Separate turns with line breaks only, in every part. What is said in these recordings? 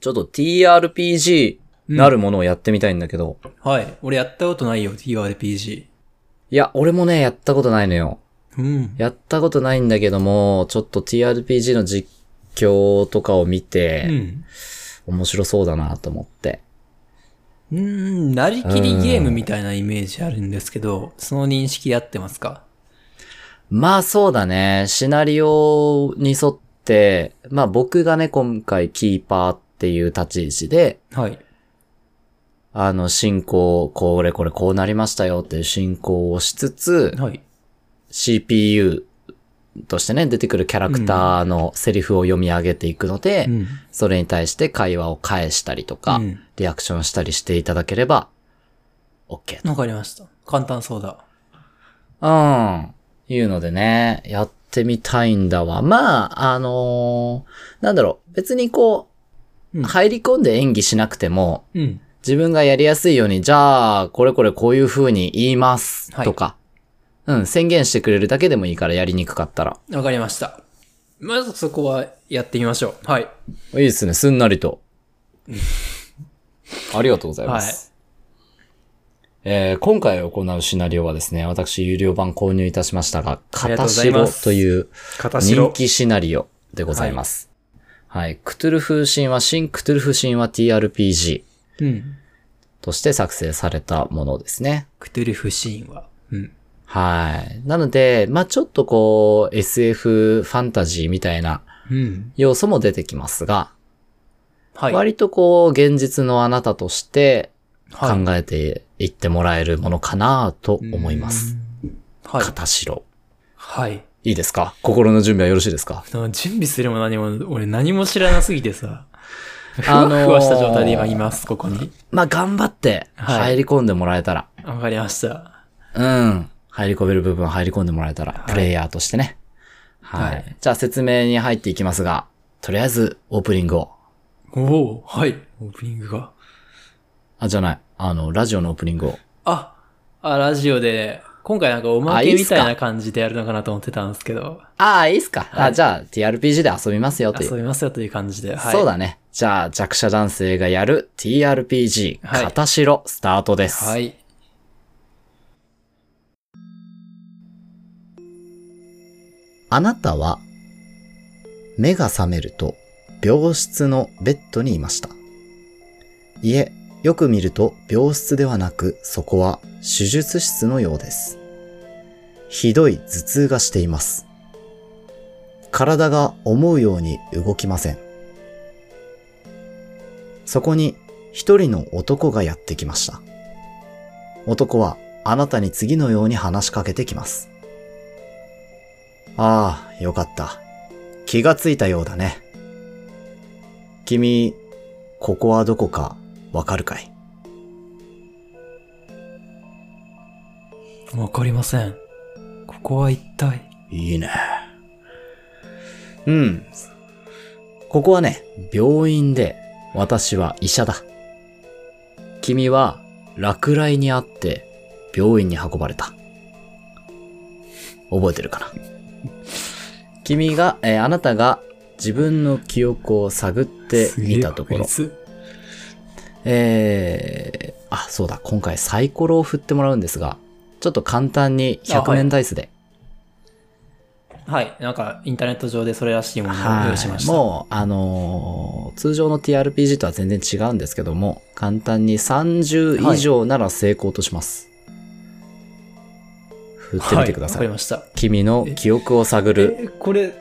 ちょっと TRPG なるものをやってみたいんだけど、
はい。俺やったことないよ、TRPG。
いや、俺もね、やったことないのよ。
うん。
やったことないんだけども、ちょっと TRPG の実況とかを見
う
て、
ん。
面白そうだなと思って。
うーん、なりきりゲームみたいなイメージあるんですけど、その認識合ってますか
まあそうだね、シナリオに沿って、まあ僕がね、今回キーパーっていう立ち位置で、
はい。
あの、進行、これこれこうなりましたよっていう進行をしつつ、
はい。
CPU としてね、出てくるキャラクターのセリフを読み上げていくので、
うん。
それに対して会話を返したりとか、
うん
リアクションしたりしていただければ、OK と。
わかりました。簡単そうだ。
うん。いうのでね、やってみたいんだわ。まあ、あのーなんだろう、別にこ
うん
う、入り込んで演技しなくても、
うん。
自分がやりやすいように、じゃあ、これこれこういう風に言います、
はい
とか、うん、宣言してくれるだけでもいいから、やりにくかったら。
わかりました。まずそこはやってみましょう。はい。
いいですね、すんなり と。ありがとうございます。えー今回行うシナリオはですね、私有料版購入いたしましたが、
ありがとう
片
ござい
白
ます
という
片
人
白。
気シナリオでございます。はい、クトゥルフ神話、新クトゥルフ神話 TRPG
うん。
として作成されたものですね。
クトゥルフシーンは。うん。
はい。なので、まあちょっとこう、SF ファンタジーみたいな
うん。
要素も出てきますが、
はい。
割とこう、現実のあなたとして
は
考えていってもらえるものかなと思います。。
はい。
片白。
はい。
いいですか心の準備はよろしいですか
準備するも何も、俺何も知らなすぎてさ、ふ
あ
わ
のー
ふわした状態で今います、ここに。
まあ頑張って
はい
入り込んでもらえたら、
わかりました。
うん。入り込める部分入り込んでもらえたら、
い
プレイヤーとしてね。はい。
はい
じゃあ説明に入っていきますが、とりあえずオープニングを。
おおはい。オープニングが。
あ、じゃない。あの、ラジオのオープニングを。
あ、あ、ラジオで、今回なんかおま
あい
け
いっす
み
か
たいな感じでやるのかなと思ってたんですけど、
ああ、いいっすか。
は
あ
い
じゃあ TRPG で遊びますよという。
遊びますよという感じで。はい、
そうだね。じゃあ弱者男性がやる TRPG、
はい
片白スタートです。
はい。
あなたは、目が覚めると、病室のベッドにいました。いえ、よく見ると病室ではなく、そこは手術室のようです。ひどい頭痛がしています。体が思うように動きません。そこに一人の男がやってきました。男はあなたに次のように話しかけてきます。ああ、よかった。気がついたようだね。君、ここはどこかわかるかい
わかりません。ここは一体。
いいね。うん。ここはね、病院で、私は医者だ。君は、落雷にあって、病院に運ばれた。覚えてるかな君が、えーあなたが自分の記憶を探って
すげえ
みたところ
確、率
えー、あ、そうだ、今回サイコロを振ってもらうんですが、ちょっと簡単に100面ダイスで。
はい。なんか、インターネット上でそれらしいものを用意しま
はい。
した。
もう、あのー通常の TRPG とは全然違うんですけども、簡単に30以上なら成功とします。振ってみてくださ。
はいわかりました。
君の記憶を探る。
え、これ、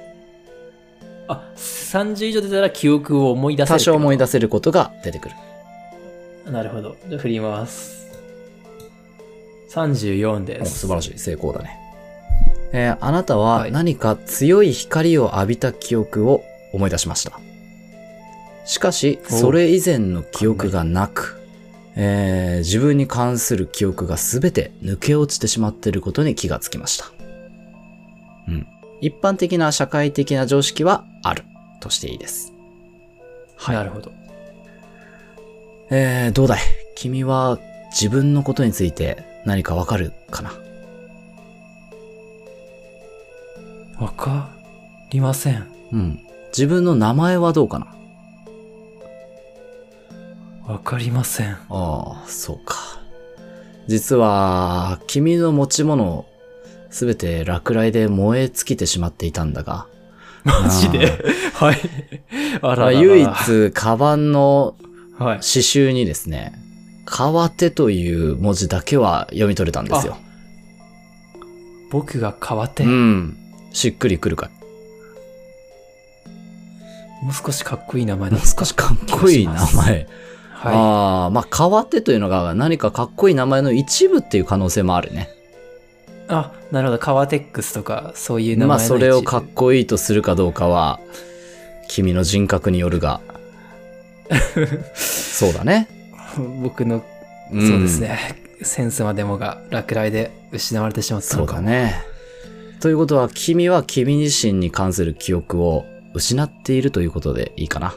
あ、30以上出たら記憶を思い出せ
多
る。
少思い出
す。
せることが出てくる。
なるほど。じゃあ振ります。34
お
です。
素晴らしい。成功だね。えーあなたは
はい
何か強い光を浴びた記憶を思い出しました。しかし、
お
それ以前の記憶がなく、えー自分に関する記憶が全て抜け落ちてしまっていることに気がつきました。うん。一般的な社会的な常識はあるとしていいです。はい
なるほど。
えー、どうだい君は自分のことについて何かわかるかな
わかりません。
うん。自分の名前はどうかな
わかりません。
ああ、そうか。実は、君の持ち物、すべて落雷で燃え尽きてしまっていたんだ が、
マジで はい。あららら
唯一、カバンの
はい。
刺繍にですね、川手という文字だけは読み取れたんですよ。
僕が変わって、
う
も
ん。しっくりくるかい。
う少しかっこいい名前
も
だ
う。少しかっこいい名
気がし
前。
は
ああ、まあ、川手というのが何かかっこいい名前の一部っていう可能性もあるね。
い。あ、なるほど。カワテックスとか、そういう名
ま
前の
あ、
一
そ
部
れをかっこいいとするかどうかは、君の人格による が。そうだね。
僕の、
ん
そうです。ね。センスまでもが落雷で失われてしまった
そ
の
う
か
だ
も。
ね。ということは、君は君自身に関する記憶を失っているということでいいかな。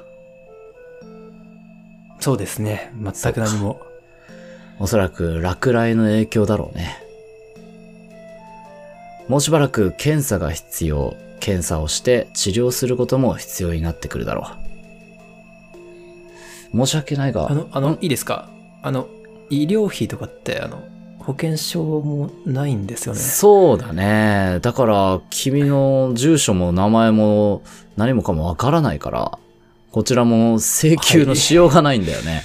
そうですね。全く何も。
おそらく落雷の影響だろうね。もうしばらく検査が必要。検査をして治療することも必要になってくるだろう。申し訳ないが、
あの、あの、いいですかあの、医療費とかって、あの、保険証もないんですよね。
そうだね。だから、君の住所も名前も何もかもわからないから、こちらも請求のしようがないんだよね。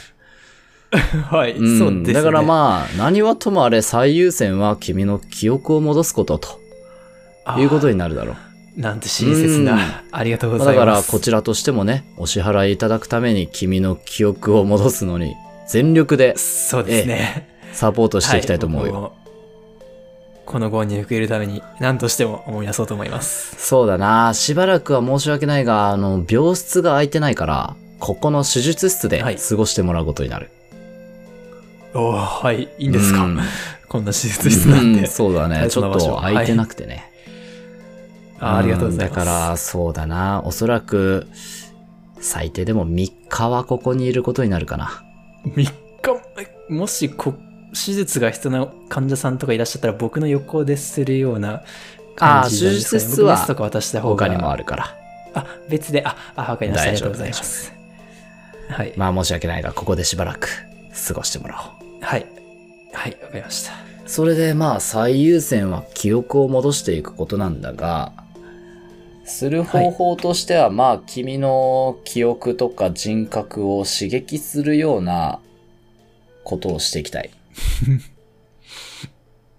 はい、
ん
そうですね。
だからまあ、何はともあれ最優先は君の記憶を戻すことと
あ
いうこと
に。
になるだろう。
なんて親切
うん
な。ありがとうご
まあ
ざ
だ
い
か
ま
ら、
す。
こちらとしてもね、お支払いいただくために君の記憶を戻すのに、全力で
そうですね。
サポートしていきたいと思うよ。
は僕もこのご恩に報いるために何としても思い出そうと思います。
そうだな、しばらくは申し訳ないが、あの、病室が空いてないから、ここの手術室で
はい
過ごしてもらうことになる。
おおはい、いいんですか、
うん
こんな手術室なん
う
て。
そうだね、
大
ち
切
ょ
な
っ
場所
と空いてなくてね。
あありがとうございま
ん
す。
だから、そうだな、おそらく、最低でも3日はここにいることになるかな。
3日も、もしこ手術が必要な患者さんとかいらっしゃったら僕の横でするような
あ
感じなんですか
手術
ね
室は
僕メスとか渡した方が
他にもあるから。
あ、別で、あ、あ、わかりました。あ
大
りが
丈
と
夫
うございます。はい。
まあ申し訳ないが、ここでしばらく過ごしてもらおう。
はい。はい、わかりました。
それでまあ最優先は記憶を戻していくことなんだが、する方法としてはまあ君の記憶とか人格を刺激するようなことをしていきたい。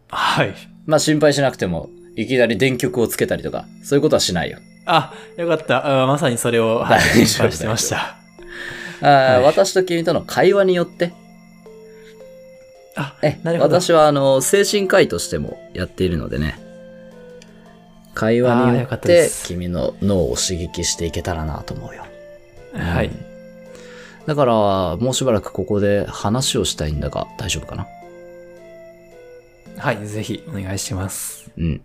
はい。
まあ心配しなくても、いきなり電極をつけたりとか、そういうことはしないよ。
あ、よかった。あまさにそれを、はい、
大丈夫
心配してました。
あー
はい
私と君との会話によって、
あ、
え
なるほど。
私はあの精神科医としてもやっているのでね、会話
あ
に
ー
よ
よか
っ
ったで
て
す
君の脳を刺激していけたらなと思うよ。
は
う
い
ん。だから、もうしばらくここで話をしたいんだが、大丈夫かな
はい、ぜひお願いします。
うん。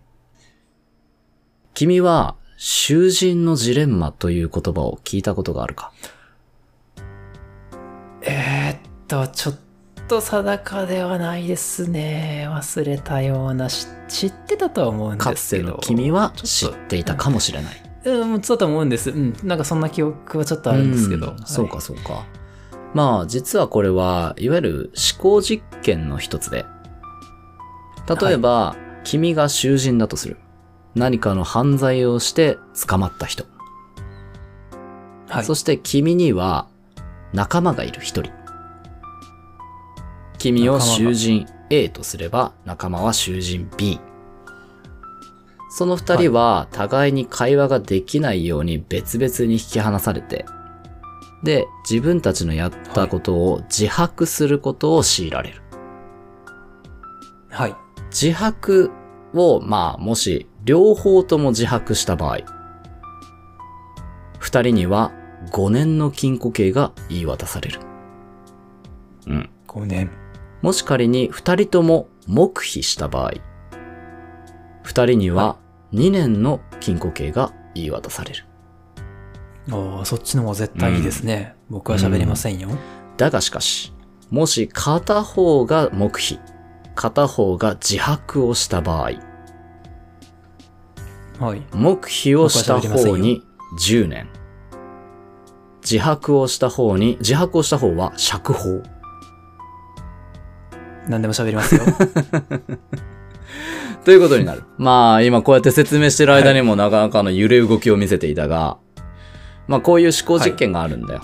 君は、囚人のジレンマという言葉を聞いたことがあるか
えー、っと、ちょっと定かではないですね。忘れたようなし、知ってたとは思うん
か
で
つ
すけ
て
ど。
の君は
ち
知
ょ
っ
っと
ていたかもしれない。
うん、そうだと思うんです。うん、なんかそんな記憶はちょっとあるんですけど。
うん
はい
そうか、そうか。まあ、実はこれは、いわゆる思考実験の一つで。例えば、君が囚人だとする。何かの犯罪をして捕まった人。
はい。
そして君には仲間がいる一人。君を
仲間が
囚人 A とすれば仲間は囚人 B。その二人は互いに会話ができないように別々に引き離されて、で、自分たちのやったことを自白することを強いられる。
はい。
自白を、まあ、もし、両方とも自白した場合、二人には5年の禁錮刑が言い渡される。うん。
5年。
もし仮に二人とも黙秘した場合、二人には2年の禁錮刑が言い渡される。
ああ、そっちの方が絶対いいですね。僕は喋りませんよ。
だがしかし、もし片方が黙秘、片方が自白をした場合、
はい。
黙秘をした
僕は
方
喋りません
に10年。自白をした方に、自白をした方は釈放。
何でも喋り ますよ。
ということに なる。まあ、今こうやって説明してる間にもなかなかの揺れ動きを見せていたが、まあ、こういう思考実験があるんだよ。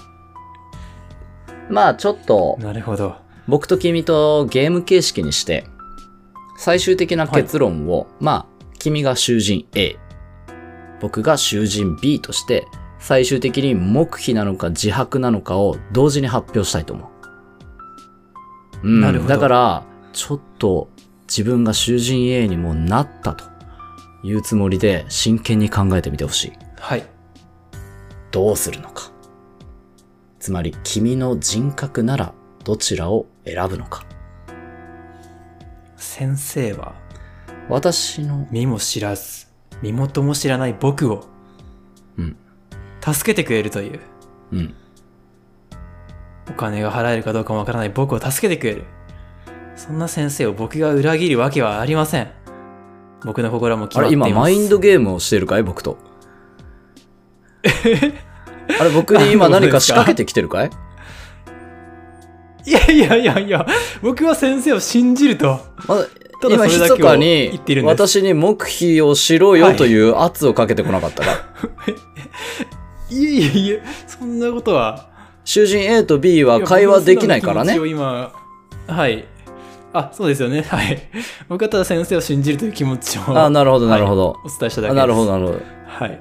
まあ、ちょっと、
なるほど。
僕と君とゲーム形式にして、最終的な結論を、まあ、君が囚人 A、僕が囚人 B として、最終的に黙秘なのか自白なのかを同時に発表したいと思う。うん、
なるほど
だから、ちょっと自分が囚人 A にもうなったというつもりで真剣に考えてみてほしい。
はい。
どうするのか。つまり、君の人格ならどちらを選ぶのか。
先生は、
私の、
身も知らず、身元も知らない僕を、
うん。
助けてくれるという。
うん。
お金が払えるかどうかもわからない僕を助けてくれる。そんな先生を僕が裏切るわけはありません。僕の心はもう決
あ
ま
れ、
っていま
今、
す。
マインドゲームをしてるかい僕と。あれ、僕に今何か仕掛けてきてるかい
いやいやいやいや、僕は先生を信じると。
あ
ただ
今、
それ
ひ
だ
そ
けを
か
言
に
っている、んです
私に黙秘をしろ
は
よ
い
という圧をかけてこなかったか。
いえいえいえ、そんなことは。
囚人 A と B
い
は
や
会話できないからね
僕。の素直な気持ちを今、はい。あ、そうですよね。はい。僕はただ先生を信じるという気持ちを
あなるほど、なるほ
お
ど。
伝えしただけです。
あなるほど、なるほど。
はい。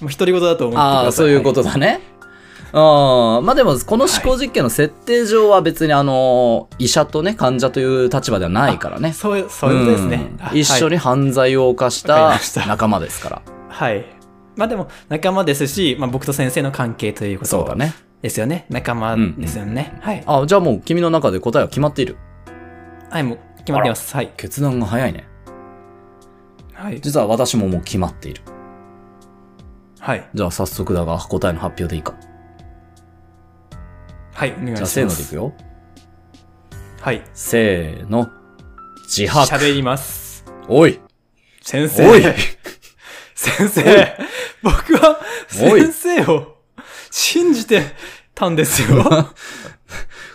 もう独り言だと思ってください。
ああ、そういうこと
は
だね。あーまあでも、この思考実験の設定上は別に、あの、医者とね、患者という立場ではないからね
い。。そう、そういうことですね
うん。
あ
一緒に犯罪を犯し
わかり
た
ました
仲間ですから。
はい。はいまあでも、仲間ですし、まあ僕と先生の関係というこ
そうだ
と
ね。
ですよね。仲間ですよね。はい。
あ、じゃあもう君の中で答えは決まっている。
はい、もう決まってます。はい。
決断が早いね。
はい。
実は私ももう決まっている。
はい。
じゃあ早速だが、答えの発表でいいか。
はい、お
じ
願いし
ゃ
ま
あ
す。
せーのでいくよ。
はい。
せーの。自白。
喋ります。
おい
先生。
おい
先生。僕は
おい
先生を信じてたんですよ。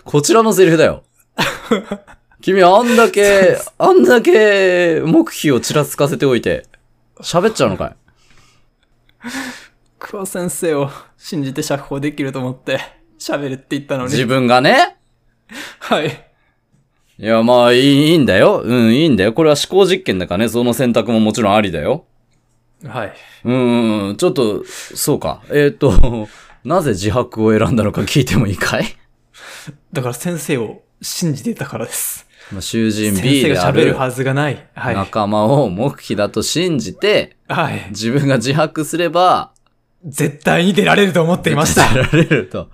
こちらのセリフだ よ。君あんだけ、あんだけ黙秘をちらつかせておいて、喋っちゃうのかい
僕は先生を信じて釈放できると思って喋るって言ったの
自
に。
分がね
はい。
いや、まあ、いい、いいんだよ。うん、いいんだよ。これは思考実験だからね。その選択ももちろんありだよ。
はい。
うーん、ちょっと、そうか。えっ、と、 なぜ自白を選んだのか聞いてもいいかい
だから先生を信じてたからです。
まあ囚人
先
B
生
で
が
あ
喋
る
るはずがない。はい。
仲間を黙秘だと信じて、
はい。
自分が自白すれば、
絶対に出られると思っていま した。
られると。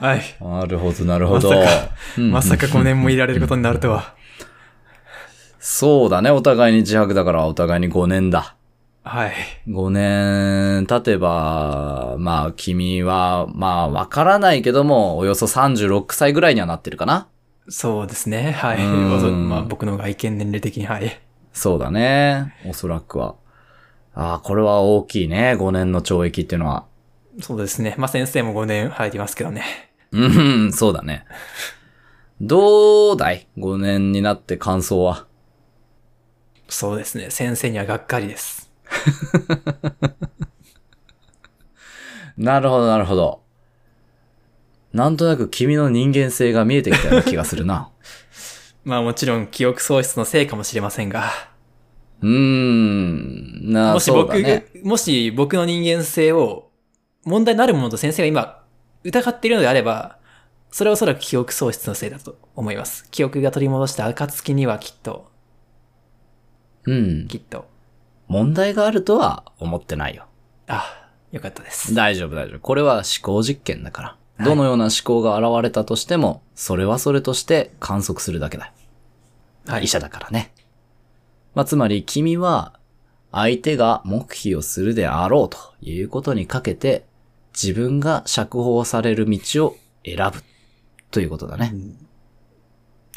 はい。
なるほど、なるほど。
まさか
うん
まさか5年も入れられることになるとは。
そうだね。お互いに自白だから、お互いに5年だ。
はい。
5年経てば、まあ君は、まあわからないけども、およそ36歳ぐらいにはなってるかな。
そうですね。はい。
うん
まあそうまあ、僕の外見年齢的に、はい。
そうだね。おそらくは。ああ、これは大きいね。5年の懲役っていうのは。
そうですね。まあ先生も5年入りますけどね。
うん、そうだね。どうだい ?5 年になって感想は。
そうですね。先生にはがっかりです。
なるほど、なるほど。なんとなく君の人間性が見えてきたような気がする な。
まあもちろん記憶喪失のせいかもしれませんが。
うーん、な
も
あ、
し
そうだ
僕、
ね。
もし僕の人間性を問題になるものと先生が今疑っているのであれば、それはおそらく記憶喪失のせいだと思います。記憶が取り戻した暁にはきっと、
うん。
きっと。
問題があるとは思ってないよ。
あ、よかったです。
大丈夫大丈夫。これは思考実験だから。どのような思考が現れたとしても、それはそれとして観測するだけだ。
はい
医。者だからね。まあ、つまり君は、相手が黙秘をするであろうということにかけて、自分が釈放される道を選ぶということだね。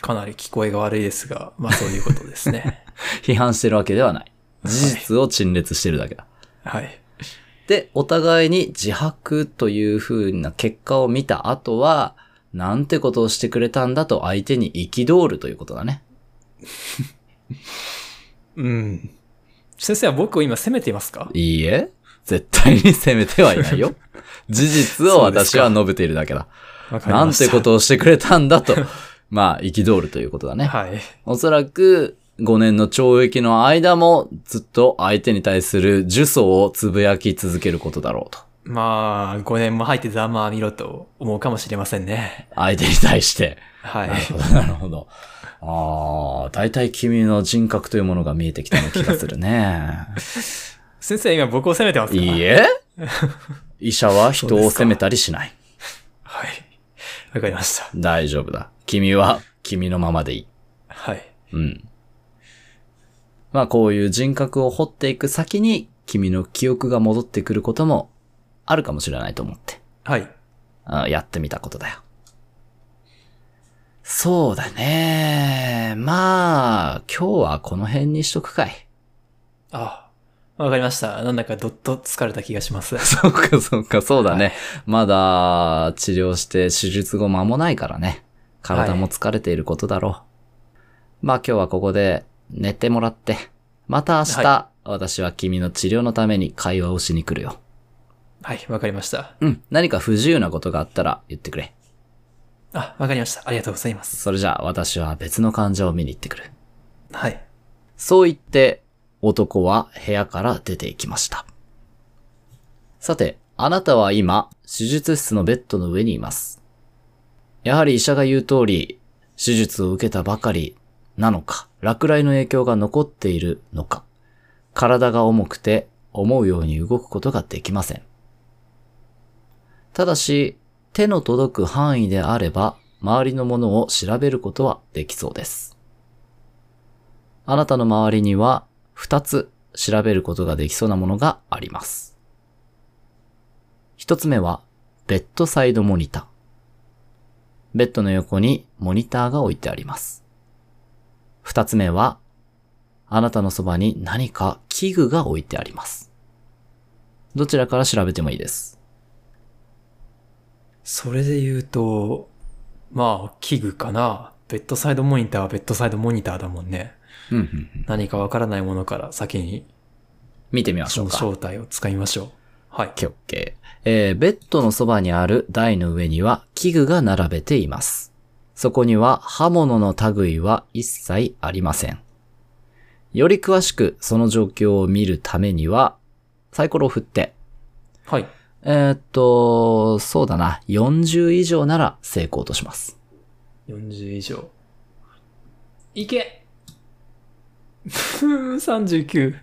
かなり聞こえが悪いですが、まあそういうことで すね。
批判してるわけではない。
はい
事実を陳列してるだけだ。
はい。
で、お互いに自白という風な結果を見た後は、なんてことをしてくれたんだと相手に憤るということだね。
うん。先生は僕を今責めていますか
いいえ、絶対に責めてはいない よ。事実を私は述べているだけだ。
わかり
なん
ました
てことをしてくれたんだ と、まあ、憤るということだね。
はい。
おそらく、5年の懲役の間も、ずっと相手に対する呪詛をつぶやき続けることだろうと。
まあ、5年も入ってざまあみろと思うかもしれませんね。
相手に対して。
はい。
なるほど。ああ、大体君の人格というものが見えてきたような気がする ね。
先生は今僕を責めてますか
いい え医者は人を責めたりしない。
はい。わかりました。
大丈夫だ。君は君のままでいい。
はい。
うん。まあこういう人格を掘っていく先に君の記憶が戻ってくることもあるかもしれないと思って。
はい。
あやってみたことだよ。そうだね。まあ、今日はこの辺にしとくかい。
ああ、わかりました。なんだかどっと疲れた気がします。
そうか、そうか、そうだね。まだ治療して手術後間もないからね。体も疲れていることだろう。まあ今日はここで寝てもらって。また明日、
は
私は君の治療のために会話をしに来るよ。
はい、わかりました。
うん。何か不自由なことがあったら言ってくれ。
あ、わかりました。ありがとうございます。
それじゃあ私は別の患者を見に行ってくる。
はい。
そう言って、男は部屋から出て行きました。さて、あなたは今、手術室のベッドの上にいます。やはり医者が言う通り、手術を受けたばかりなのか、落雷の影響が残っているのか、体が重くて思うように動くことができません。ただし、手の届く範囲であれば、周りのものを調べることはできそうです。あなたの周りには2つ調べることができそうなものがあります。1つ目は、ベッドサイドモニター。ベッドの横にモニターが置いてあります。2つ目は、あなたのそばに何か器具が置いてあります。どちらから調べてもいいです。
それで言うと、まあ、器具かな。ベッドサイドモニターはベッドサイドモニターだもんね。
うんうんうん
何かわからないものから先に
見てみまし
そ
ょう
の
か。
正体を掴みましょう。はい。
OK, OK. えーベッドのそばにある台の上には器具が並べています。そこには刃物の類は一切ありません。より詳しくその状況を見るためには、サイコロを振って、
はい。
えーっと、そうだな、40以上なら成功とします。
40以上。いけふーん、39。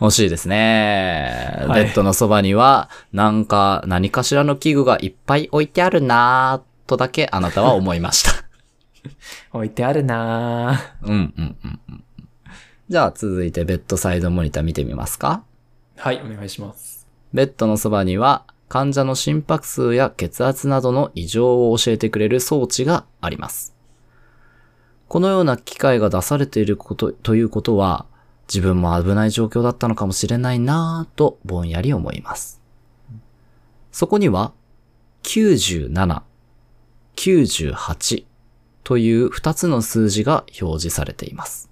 惜しいですね。
はい
ベッドのそばには、なんか、何かしらの器具がいっぱい置いてあるなぁ、とだけあなたは思いました。
置いてあるな
う
ぁ。
んうんうんうん。じゃあ続いてベッドサイドモニター見てみますか。
はい、お願いします。
ベッドのそばには患者の心拍数や血圧などの異常を教えてくれる装置があります。このような機械が出されていること、ということは自分も危ない状況だったのかもしれないなぁとぼんやり思います。そこには97、98という2つの数字が表示されています。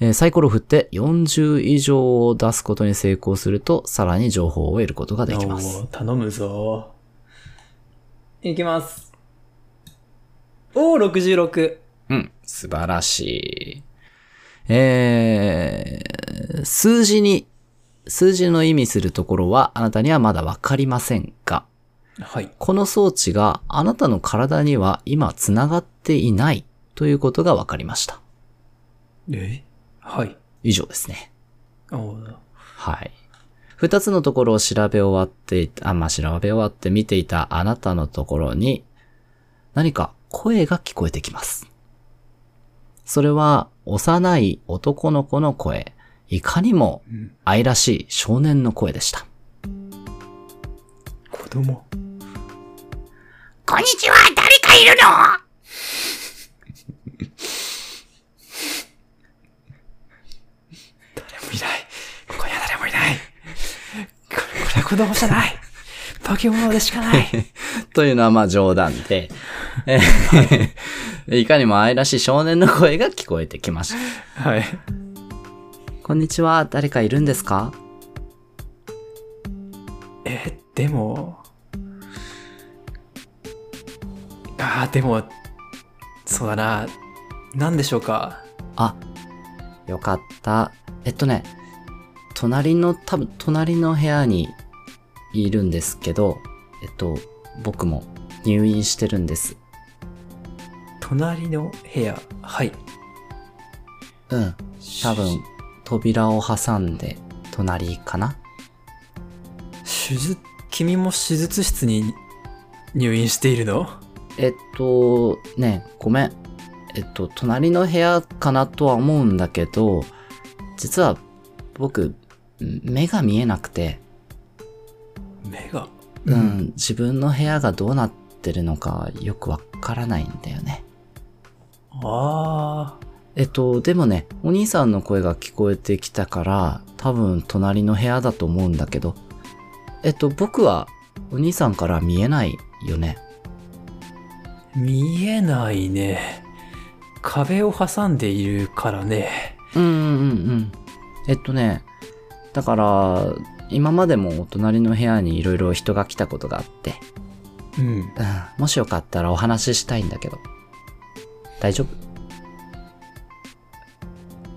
えーサイコロを振って40以上を出すことに成功すると、さらに情報を得ることができます。
おー頼むぞいきます。おー、66。
うん、素晴らしい。えー、数字に、数字の意味するところはあなたにはまだわかりませんが、
はい。
この装置があなたの体には今つながっていないということがわかりました。
えはい。
以上ですね。
おー
はい。二つのところを調べ終わっていた、あ、まあ、調べ終わって見ていたあなたのところに、何か声が聞こえてきます。それは、幼い男の子の声、いかにも
うん、
愛らしい少年の声でした。
子供。
こんにちは誰かいるの
誰もいない。ここには誰も学童じゃない化け物でしかない
というのはまあ冗談で、えー いかにも愛らしい少年の声が聞こえてきました。
はい。
こんにちは、誰かいるんですか
え、でも、ああ、でも、そうだな、なんでしょうか。
あ、よかった。えっとね、隣の、多分隣の部屋にいるんですけど、えっと、僕も入院してるんです。
隣の部屋、はい。
うん。多分、扉を挟んで、隣かな
手術、君も手術室に入院しているの
えっと、ねえごめん。えっと、隣の部屋かなとは思うんだけど、実は僕、目が見えなくて、
目が。
うん、。自分の部屋がどうなってるのかよくわからないんだよね。
ああ、
えっと、でもね、お兄さんの声が聞こえてきたから、多分隣の部屋だと思うんだけど、えっと、僕はお兄さんから見えないよね。
見えないね。壁を挟んでいるからね。
うんうんうんうん。えっとね、だから、今までもお隣の部屋にいろいろ人が来たことがあって、
うん。
うん、もしよかったらお話ししたいんだけど。大丈夫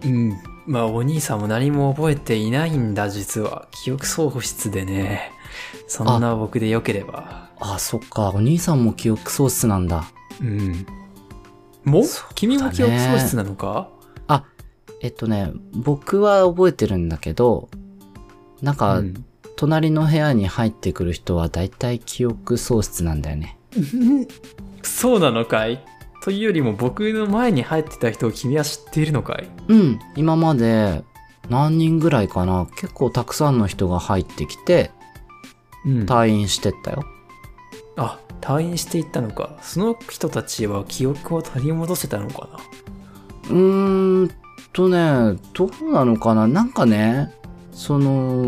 うん。まあ、お兄さんも何も覚えていないんだ、実は。記憶喪失でね。そんな僕でよければ。
あ、そっか、お兄さんも記憶喪失なんだ。
うん。も、
そうだね
君も記憶喪失なのか
えっとね、僕は覚えてるんだけど、なんか、
うん
隣の部屋に入ってくる人は大体記憶喪失なんだよね。
そうなのかいというよりも僕の前に入ってた人を君は知っているのかい
うん、今まで何人ぐらいかな、結構たくさんの人が入ってきて、
うん
退院してったよ。
あ、退院していったのか。その人たちは記憶を取り戻せたのかな
うーんとね、どうなのかななんかね、その、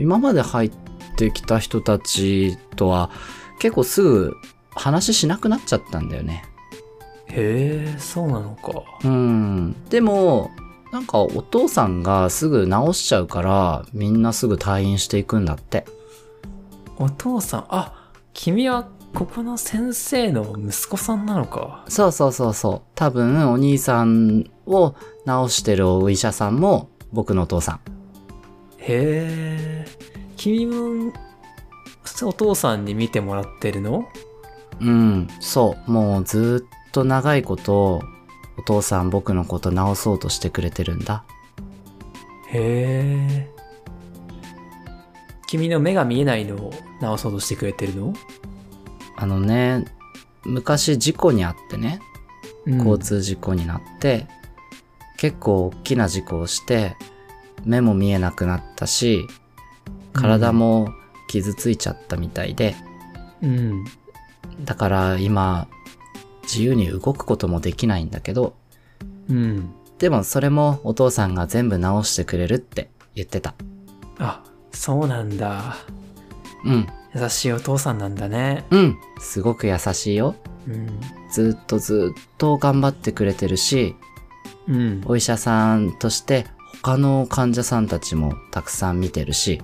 今まで入ってきた人たちとは結構すぐ話しなくなっちゃったんだよね。
へえ、そうなのか。
うん。でも、なんかお父さんがすぐ治しちゃうから、みんなすぐ退院していくんだって。
お父さん、あ、君はここの先生の息子さんなのか。
そうそうそうそう。多分、お兄さんを治してるお医者さんも僕のお父さん。
へえ、君もお父さんに見てもらってるの
うん、そう。もうずーっと長いこと、お父さん僕のこと直そうとしてくれてるんだ。
へえ。君の目が見えないのを直そうとしてくれてるの、
あのね、昔事故にあってね、
うん
交通事故になって、結構大きな事故をして、目も見えなくなったし、体も傷ついちゃったみたいで、
うん。
だから今、自由に動くこともできないんだけど、
うん。
でもそれもお父さんが全部直してくれるって言ってた。
あ、そうなんだ。
うん、
優しいお父さんなんだね。
うん、すごく優しいよ。
うん。
ずっとずっと頑張ってくれてるし、
うん。
お医者さんとして他の患者さんたちもたくさん見てるし、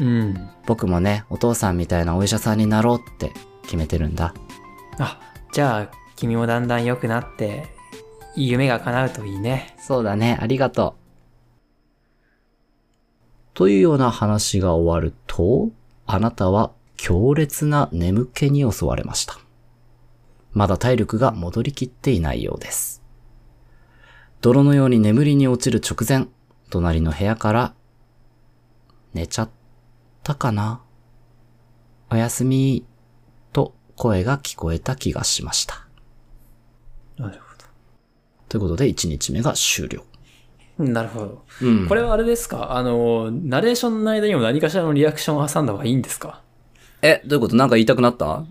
うん。
僕もね、お父さんみたいなお医者さんになろうって決めてるんだ。
あ、じゃあ、君もだんだん良くなって、いい夢が叶うといいね。
そうだね、ありがとう。というような話が終わると、あなたは強烈な眠気に襲われました。まだ体力が戻りきっていないようです。泥のように眠りに落ちる直前、隣の部屋から、寝ちゃったかなおやすみ、と声が聞こえた気がしました。
なるほ
ということで、1日目が終了。
ど。なるほど。
うん
これはあれですかあの、ナレーションの間にも何かしらのリアクションを挟んだ方がいいんですか
え、どういうことなんか言いたくなったま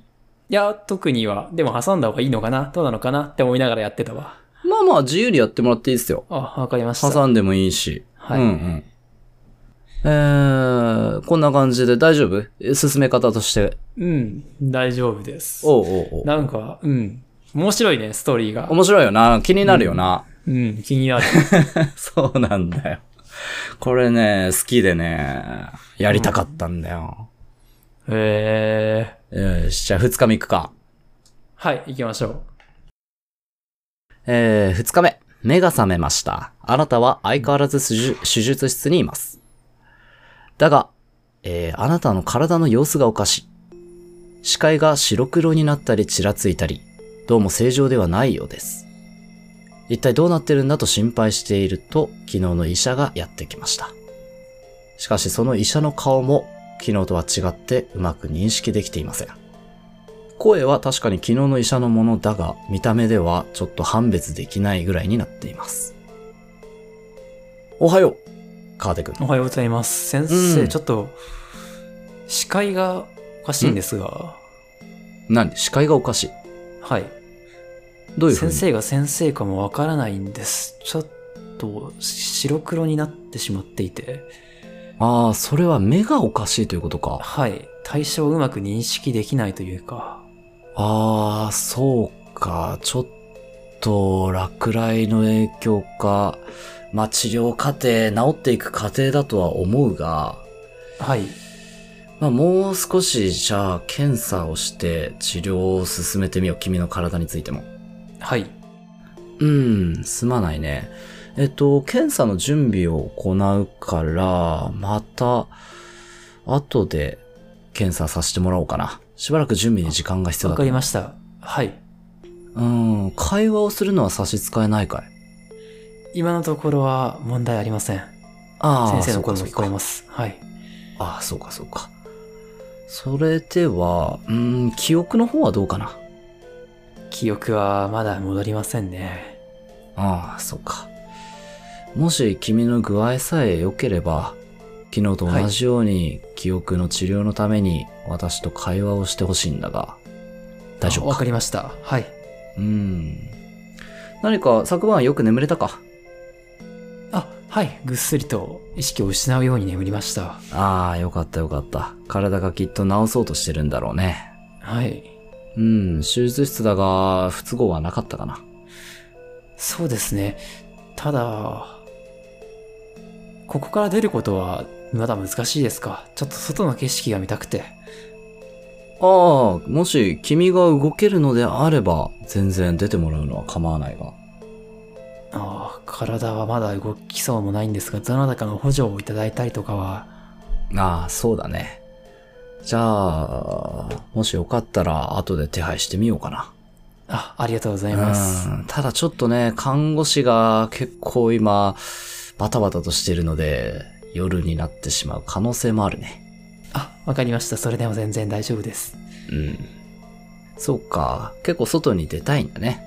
いや、特には。でも挟んだ方がいいのかなどうなのかなって思いながらやってたわ。
あまあ、自由にやってもらっていいですよ。
あ、わかりました。
挟んでもいいし。
はい
うんうん。えー、こんな感じで大丈夫え進め方として。
うん、大丈夫です。
おうおうおう
なんか、うん。面白いね、ストーリーが。
面白いよな。気になるよな。
うん、気にな る。
そうなん だよ。これね、好きでね、やりたかったんだよ。
えー、
よし、じゃあ2日目行くか。
はい、行きましょう。
えー、2日目。目が覚めました。あなたは相変わらず手術手術室にいます。だが、えー、あなたの体の様子がおかしい。視界が白黒になったりちらついたり、どうも正常ではないようです。一体どうなってるんだと心配していると、昨日の医者がやってきました。しかしその医者の顔も、昨日とは違ってうまく認識できていません。声は確かに昨日の医者のものだが、見た目ではちょっと判別できないぐらいになっています。おはよう、カーテ君。
おはようございます。先生、
うん
ちょっと、視界がおかしいんですが、
何視界がおかしい。
はい。
どういうふうに
先生が先生かもわからないんです。ちょっと、白黒になってしまっていて、
ああ、それは目がおかしいということか。
はい。対象をうまく認識できないというか、
ああ、そうか。ちょっと、落雷の影響か。まあ、治療過程、治っていく過程だとは思うが、
はい。
まあ、もう少し、じゃあ、検査をして治療を進めてみよう。君の体についても。
はい。
うん、すまないね。えっと、検査の準備を行うから、また、後で検査させてもらおうかな。しばらく準備に時間が必要
わ
だ
か
と
りました。はい。
うん、会話をするのは差し支えないかい
今のところは問題ありません。
ああ、
先生
そう
の
か
声も
そう
聞こえ
か。
ます。はい。
ああ、そうかそうか。それでは、うん、記憶の方はどうかな
記憶はまだ戻りませんね。
ああ、そうか。もし君の具合さえ良ければ、昨日と同じように記憶の治療のために私と会話をしてほしいんだが、大丈
あ
夫
わ
か
かりました。はい。
うん。何か昨晩よく眠れたか
あ、はい。ぐっすりと意識を失うように眠りました。
ああ、よかったよかった。体がきっと治そうとしてるんだろうね。
はい。
うん、手術室だが、不都合はなかったかな。
そうですね。ただ、ここから出ることはまだ難しいですか。ちょっと外の景色が見たくて。
ああ、もし君が動けるのであれば、全然出てもらうのは構わないが。
ああ、体はまだ動きそうもないんですが、どなたかの補助をいただいたりとかは、
ああ、そうだね。じゃあ、もしよかったら後で手配してみようかな。
あ、ありがとうございます。
うん。ただちょっとね、看護師が結構今、バタバタとしてるので、夜になってしまう可能性もあるね。
あ、わかりました。それでも全然大丈夫です。
うん。そうか。結構外に出たいんだね。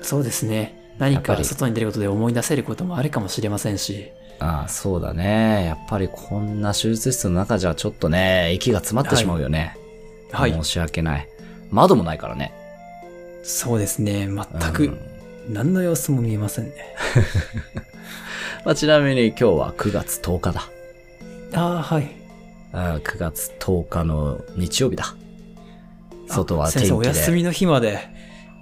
そうですね。
やっ
何
ぱ
か
り
外に出ることで思い出せることもあるかもしれませんし。
ああ、そうだね。やっぱりこんな手術室の中じゃちょっとね、息が詰まってしまうよね。
はい
申。し訳ない。窓もないからね。
そうですね。全
うん
く、何の様子も見えませんね。
まあ、ちなみに今日は9月10日だ。
ああ、はい。
あー9月10日の日曜日だ。外は
あ
天気
先
で。
生、お休みの日まで、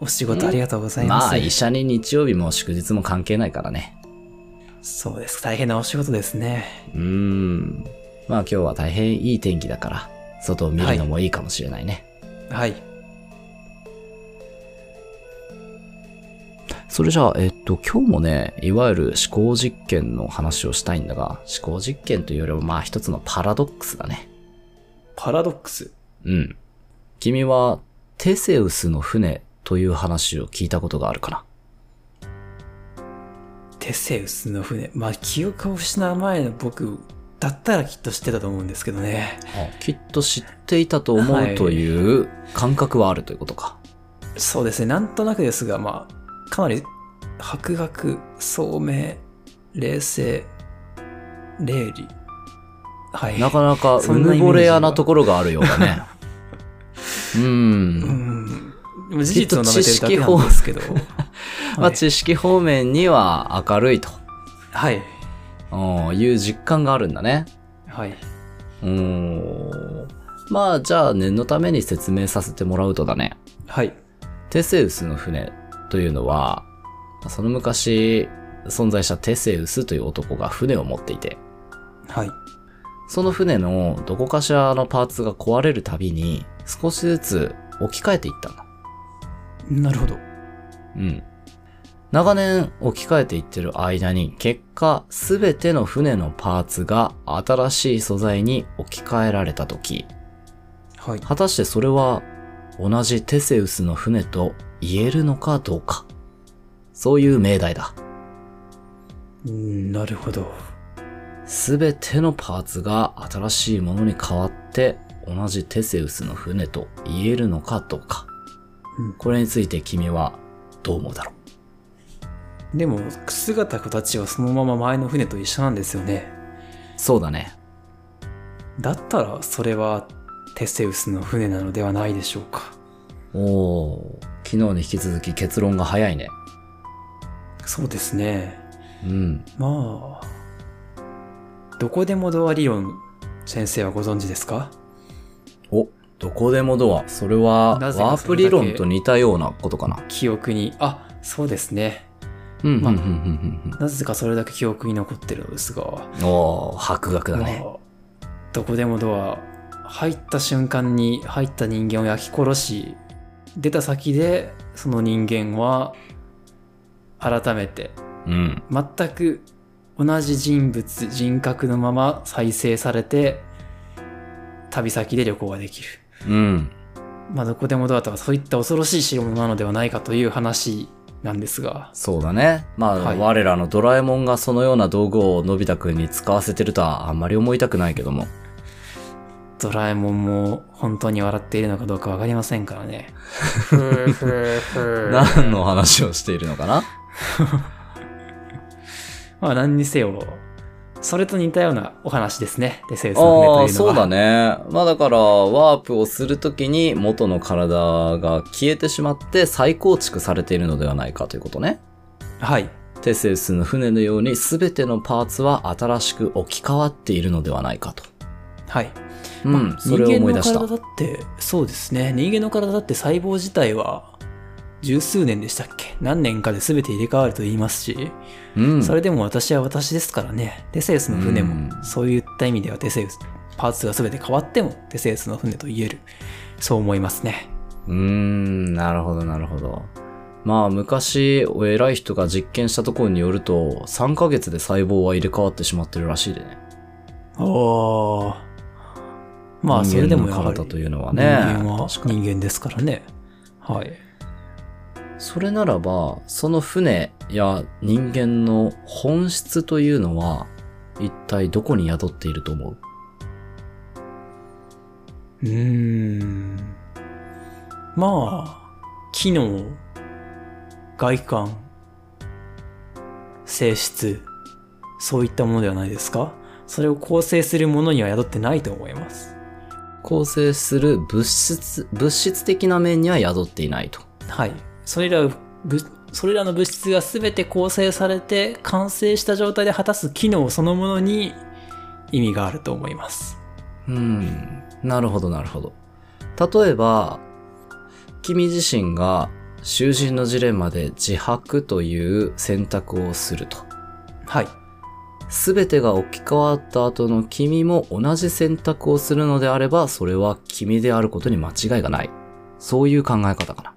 お仕事ありがとうございます。
まあ、医者に日曜日も祝日も関係ないからね。
そうです。大変なお仕事ですね。
うーん。まあ今日は大変いい天気だから、外を見るのもいいかもしれないね。
はい。
それじゃあ、えっと、今日もね、いわゆる思考実験の話をしたいんだが、思考実験というよりもまあ一つのパラドックスだね。
パラドックス。
うん。君は、テセウスの船という話を聞いたことがあるかな
テセウスの船。まあ、記憶を失う前の僕だったらきっと知ってたと思うんですけどね。
きっと知っていたと思
は
う
い
という感覚はあるということか。
そうですね。なんとなくですが、まあ、かなり、博学、聡明、冷静、礼理。はい。
なかなかう
そんな
ぬ
イメージ
ぼれ屋なところがあるようだ ね。うー。
うんん。でも事実を述べてるだけなんですけど。
ま
は
あ
い
知識方面には明るいと。
はい。
うんいう実感があるんだね。
はい。
うーん。まあ、じゃあ念のために説明させてもらうとだね。
はい。
テセウスの船というのは、その昔存在したテセウスという男が船を持っていて、
はい。
その船のどこかしらのパーツが壊れるたびに少しずつ置き換えていったんだ。
なるほど。
うん。長年置き換えていってる間に結果すべての船のパーツが新しい素材に置き換えられた時、
はい。
果たしてそれは同じテセウスの船と言えるのかどうか。そういう命題だ。
うんなるほど。
すべてのパーツが新しいものに変わって同じテセウスの船と言えるのかどうか。
うん
これについて君はどう思うだろう
でも、姿形はそのまま前の船と一緒なんですよね。
そうだね。
だったら、それはテセウスの船なのではないでしょうか。
おー、昨日に引き続き結論が早いね。
そうですね。
うん。
まあ、どこでもドア理論、先生はご存知ですか
お、どこでもドア。それは
な
ワ
ぜか
ープ理論と似たようなことかな。
記憶に、あ、そうですね。
うん、うん、
ま
う
あ
ん、うん、
なぜかそれだけ記憶に残ってるのですが、
うん。おー、博学だね。
まあどこでもドア入った瞬間に入った人間を焼き殺し出た先でその人間は改めて
うん。
全く同じ人物人格のまま再生されて旅先で旅行ができる、
うん。
まあ、どこでもドアとはそういった恐ろしい代物なのではないかという話なんですが
そうだね。まあ、
はい
我らのドラえもんがそのような道具をのび太くんに使わせてるとはあんまり思いたくないけども。
ドラえもんも本当に笑っているのかどうか分かりませんからね
何の話をしているのかな
まあ何にせよ、それと似たようなお話ですね、テセウスの
ああ、
船という
そ
のは。
うだ。ね。まあだから、ワープをするときに元の体が消えてしまって再構築されているのではないかということね。
はい。
テセウスの船のように全てのパーツは新しく置き換わっているのではないかと。
はい。
う
ま
ん、
あ
それを思い出し
人
た
間の。体だって、そうですね。人間の体だって細胞自体は、十数年でしたっけ何年かで全て入れ替わると言いますし、
うん。
それでも私は私ですからね。テセウスの船も、
うん
そういった意味ではテセウス、パーツが全て変わってもテセウスの船と言える。そう思いますね。
うーん、なるほど、なるほど。まあ、昔、偉い人が実験したところによると、3ヶ月で細胞は入れ替わってしまってるらしいでね。
おー。まあ、それでもや
人間
は
の
り
体というのは
人
ね。
間は
確かに
人間ですからね。はい。
それならば、その船や人間の本質というのは、一体どこに宿っていると思う
うーん。まあ、機能、外観、性質、そういったものではないですかそれを構成するものには宿ってないと思います。
構成する物質、物質的な面には宿っていないと。
はい。それら、ぶそれらの物質が全て構成されて完成した状態で果たす機能そのものに意味があると思います。
うん。なるほど、なるほど。例えば、君自身が囚人のジレンマで自白という選択をすると。
はい。
すべてが置き換わった後の君も同じ選択をするのであれば、それは君であることに間違いがない。そういう考え方かな。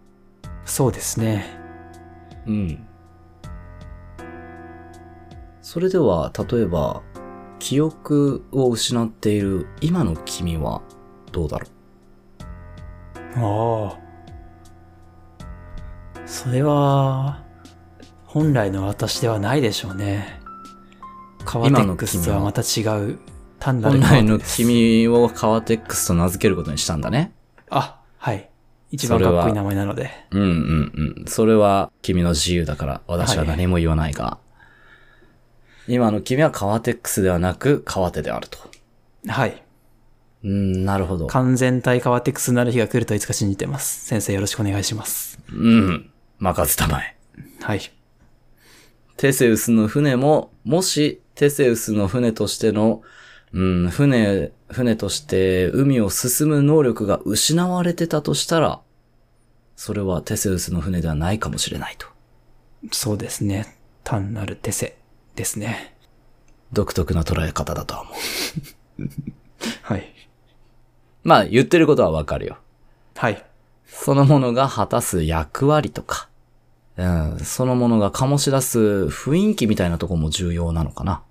そうですね。
うん。それでは、例えば、記憶を失っている今の君はどうだろ
ああ。それは、本来の私ではないでしょうね。カワテックスとはまた違う、単
う
なる
本
カワテ
来
ッ
の
クス。
君をカワテックスと名付けることにしたんだね。
あ、はい。一番かっこいい名前なので。
うんうんうん。それは君の自由だから私は何も言わないが、今の君はカワテックスではなくカワテであると。
はい。
うん、なるほど。
完全体カワテックスになる日が来るといつか信じてます。先生よろしくお願いします。
うん。任せたまえ。
はい。
テセウスの船も、もしテセウスの船としての、うん、船、船として海を進む能力が失われてたとしたら、それはテセウスの船ではないかもしれないと。
そうですね。単なるテセですね。
独特な捉え方だとは思う。
はい。
まあ、言ってることはわかるよ。
はい。
そのものが果たす役割とか、うん、そのものが醸し出す雰囲気みたいなとこも重要なのかな。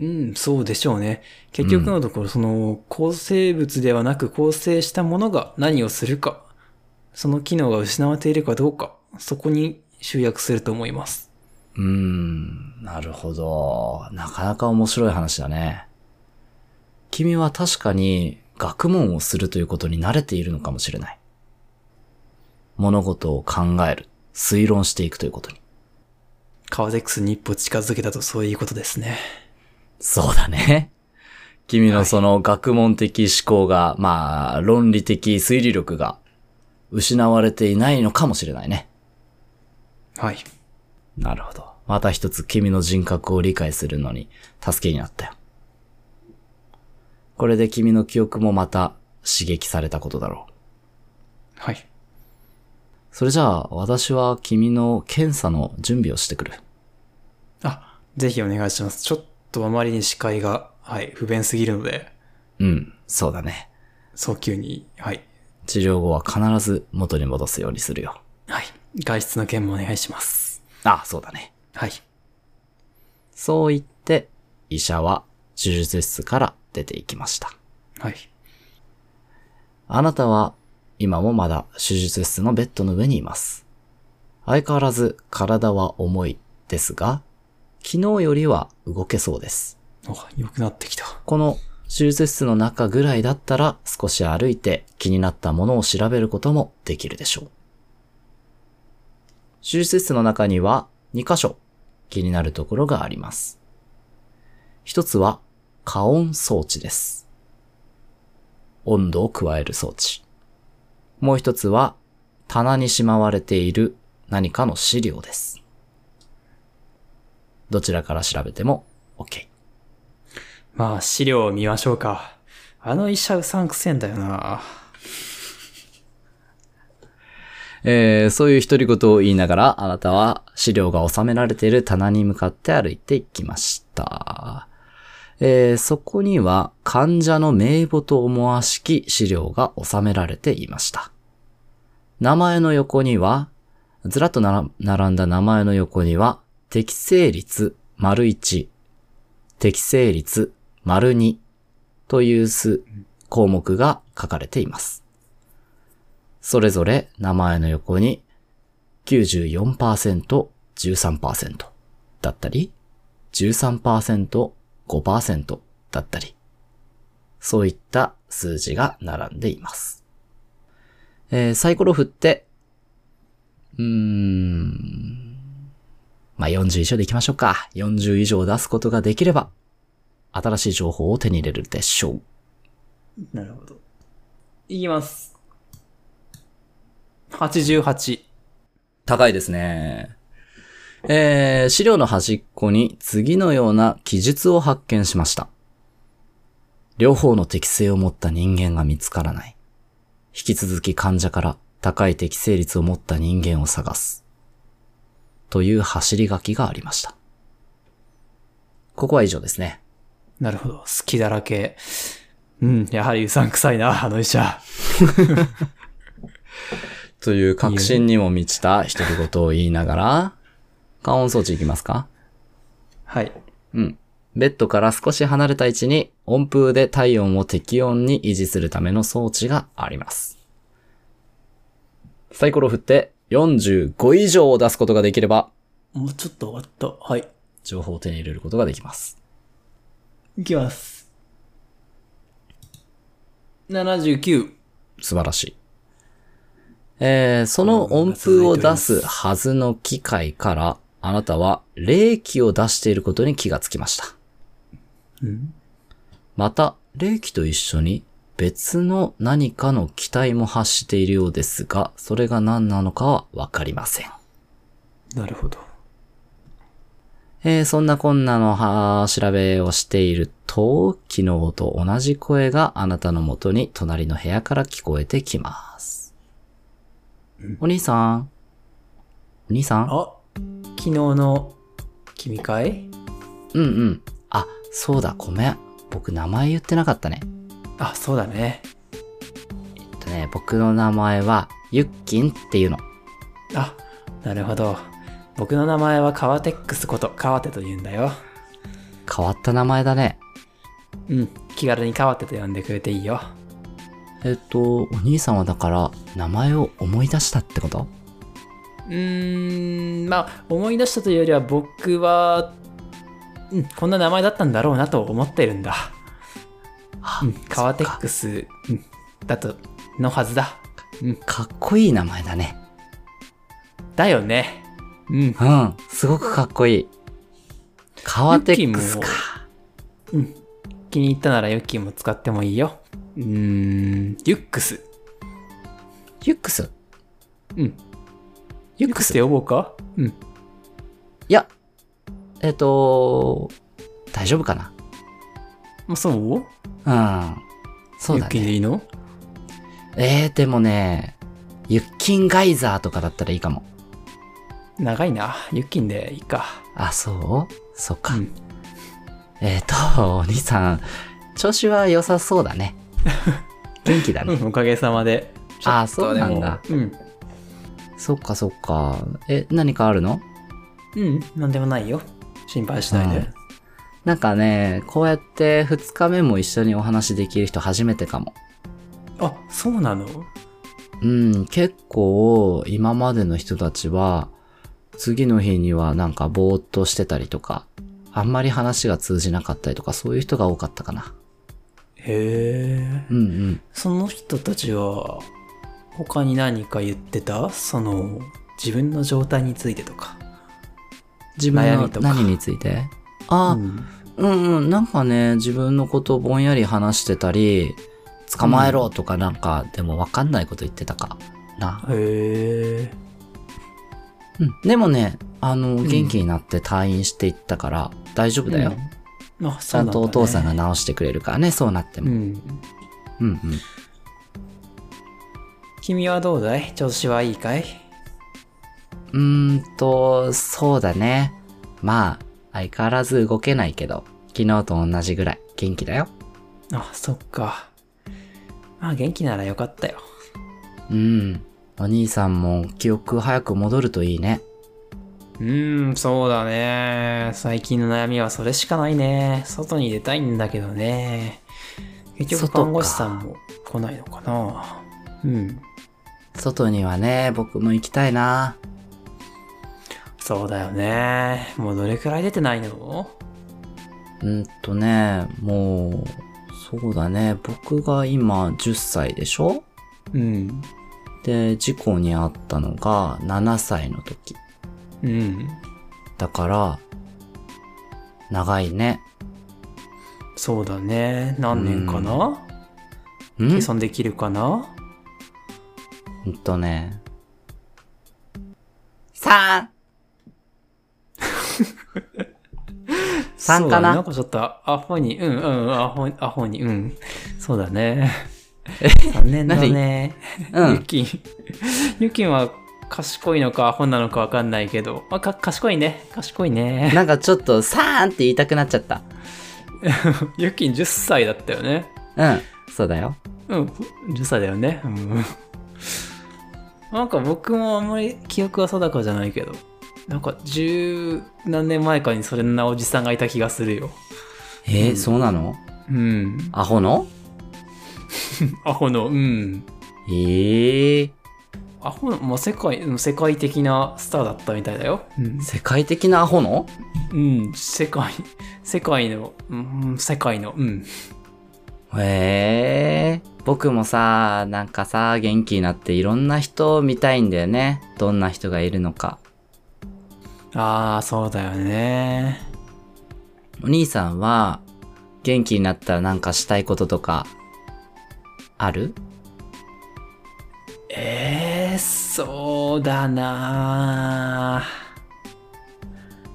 うん、そうでしょうね。結局のところ、その、構成物ではなく構成したものが何をするか、その機能が失われているかどうか、そこに集約すると思います。
うーん、なるほど。なかなか面白い話だね。君は確かに学問をするということに慣れているのかもしれない。物事を考える、推論していくということに。
カーゼックスに一歩近づけたとそういうことですね。
そうだね。君のその学問的思考が、まあ、論理的推理力が失われていないのかもしれないね。
はい。
なるほど。また一つ君の人格を理解するのに助けになったよ。これで君の記憶もまた刺激されたことだろう。
はい。
それじゃあ、私は君の検査の準備をしてくる。
あ、ぜひお願いします。ちょっとあまりに視界が、はい、不便すぎるので、
うん、そうだね。
早急に、はい。
治療後は必ず元に戻すようにするよ。
はい。外出の件もお願いします。
あ、そうだね。
はい。
そう言って、医者は手術室から出て行きました。
はい。
あなたは今もまだ手術室のベッドの上にいます。相変わらず体は重いですが、昨日よりは動けそうです。
お、良くなってきた。
この手術室の中ぐらいだったら少し歩いて気になったものを調べることもできるでしょう。手術室の中には2箇所気になるところがあります。一つは加温装置です。温度を加える装置。もう一つは棚にしまわれている何かの資料です。どちらから調べても OK。
まあ、資料を見ましょうか。あの医者うさんくせえんだよな。
えーそういう独り言を言いながら、あなたは資料が収められている棚に向かって歩いていきました。えーそこには患者の名簿と思わしき資料が収められていました。名前の横には、ずらっとなら並んだ名前の横には、適正率丸1、適正率丸2という数項目が書かれています。それぞれ名前の横に94%、13%だったり、13%、5%だったり、そういった数字が並んでいます。えーサイコロ振って、うーん、まあ、40以上でいきましょうか。40以上出すことができれば、新しい情報を手に入れるでしょう。
なるほど。いきます。88。
高いですね。えー、資料の端っこに次のような記述を発見しました。両方の適性を持った人間が見つからない。引き続き患者から高い適性率を持った人間を探す。という走り書きがありました。ここは以上ですね。
なるほど。好きだらけ。うん、やはりうさんくさいな、あの医者。
という確信にも満ちた一言を 言いながら、加温装置いきますか
はい。
うん。ベッドから少し離れた位置に温風で体温を適温に維持するための装置があります。サイコロを振って45以上を出すことができれば、
もうちょっと終わった。はい。
情報を手に入れることができます。
いきます。79。
素晴らしい。えー、その温風を出すはずの機械から、あなたは冷気を出していることに気がつきました。
うん。
また、冷気と一緒に別の何かの気体も発しているようですが、それが何なのかはわかりません。
なるほど。
えーそんなこんなのは調べをしていると、昨日と同じ声があなたの元に隣の部屋から聞こえてきます
うん。
お兄さん。お兄さん
あ、昨日の君かい
うんうん。あ、そうだ、ごめん。僕名前言ってなかったね。
あ、そうだね。
えっとね、僕の名前は、ゆっきんっていうの。
あ、なるほど。僕の名前はカワテックスことカワテと言うんだよ。
変わった名前だね。
うん、気軽にカワテと呼んでくれていいよ。
えっと、お兄さんはだから、名前を思い出したってこと
うーん、まあ、思い出したというよりは僕は、うん、こんな名前だったんだろうなと思ってるんだ。
あ
うん、カワテックス、うん、だと、のはずだ。うん、
かっこいい名前だね。
だよね。うん、
うん、すごくかっこいい。カワテックスか。
うん。気に入ったならユッキーも使ってもいいよ。うーん、ユックス。
ユックス
うん。
ユ
ユ
ッ
ッ
ク
ク
ス
スって呼ぼうかうん。
いや、えっと、大丈夫かな
まあ、そう
うん。そうだ
ユッキー
ね。
でいいの
えー、でもね、ユッキンガイザーとかだったらいいかも。
長いな。ユッキーでいいか。
あ、そうそっか。
うん
えっと、お兄さん、調子は良さそうだ ね。元気だね。
うん、おかげさまで。
あ
ちょっ
そ
と
うなん
でも
だ
うん。
そっかそっか。え、何かあるの
うん、なんでもないよ。心配しないで。
なんかね、こうやって2日目も一緒にお話できる人初めてかも。
あ、そうなの
うん、結構今までの人たちは、次の日にはなんかぼーっとしてたりとか、あんまり話が通じなかったりとか、そういう人が多かったかな。
へ
う
え。
んうん。
その人たちは、他に何か言ってたその、自分の状態についてとか。
自分
悩
の
みとか
何についてあ、
ん。
うんうん、なんかね、自分のことをぼんやり話してたり、捕まえろとかなんか、でもわかんないこと言ってたかな。
へえ。
うん。でもね、あの、
ん
元気になって退院していったから、大丈夫だよ。
うん。あ、
ちゃんとお父さんが
な。
直してくれるからね、そうなって
う
も。
ん。
うんうん。
君はどうだい調子はいいかいう
ーんと、そうだね。まあ、相変わらず動けないけど、昨日と同じぐらい元気だよ。
あ、そっか。まあ元気ならよかったよ。
うん。お兄さんも記憶早く戻るといいね。
うーん、そうだね。最近の悩みはそれしかないね。外に出たいんだけどね。結
外
局
か
看護師さんも来ないのかな。うん。
外にはね、僕も行きたいな。
そうだよね。もうどれくらい出てないの
うんとね、もう、そうだね。僕が今10歳でしょ
うん。
で、事故に遭ったのが7歳の時。
うん。
だから、長いね。
そうだね。何年かな
うん
計算できるかな
うんとね。3! 三かな
そうだねなんかちょっとアホに、うんうん、アホアホに、うん。そうだね。 残念だね。
う
ユ
ん。
キン。 ユキンは賢いのかアホなのかわかんないけど、まあ、か賢いね。賢いね。
なんかちょっと3って言いたくなっちゃった。
ユキン10歳だったよね。
うん。そうだよ。
うん、10歳だよね。うん。 なんか僕もあんまり記憶は定かじゃないけど、なんか十何年前かにそれなおじさんがいた気がするよ。
えー
うん
そうなの
うん。
アホの
アホの、うん。
ええ
アホの、まあ、世界、うん世界的なスターだったみたいだよ。うん
世界的なアホの
うん、世界、世界の、うん、世界の、うん。
へえ僕もさ、なんかさ、元気になっていろんな人を見たいんだよね。どんな人がいるのか。
ああ、そうだよね。
お兄さんは、元気になったらなんかしたいこととか、ある
えー、そうだな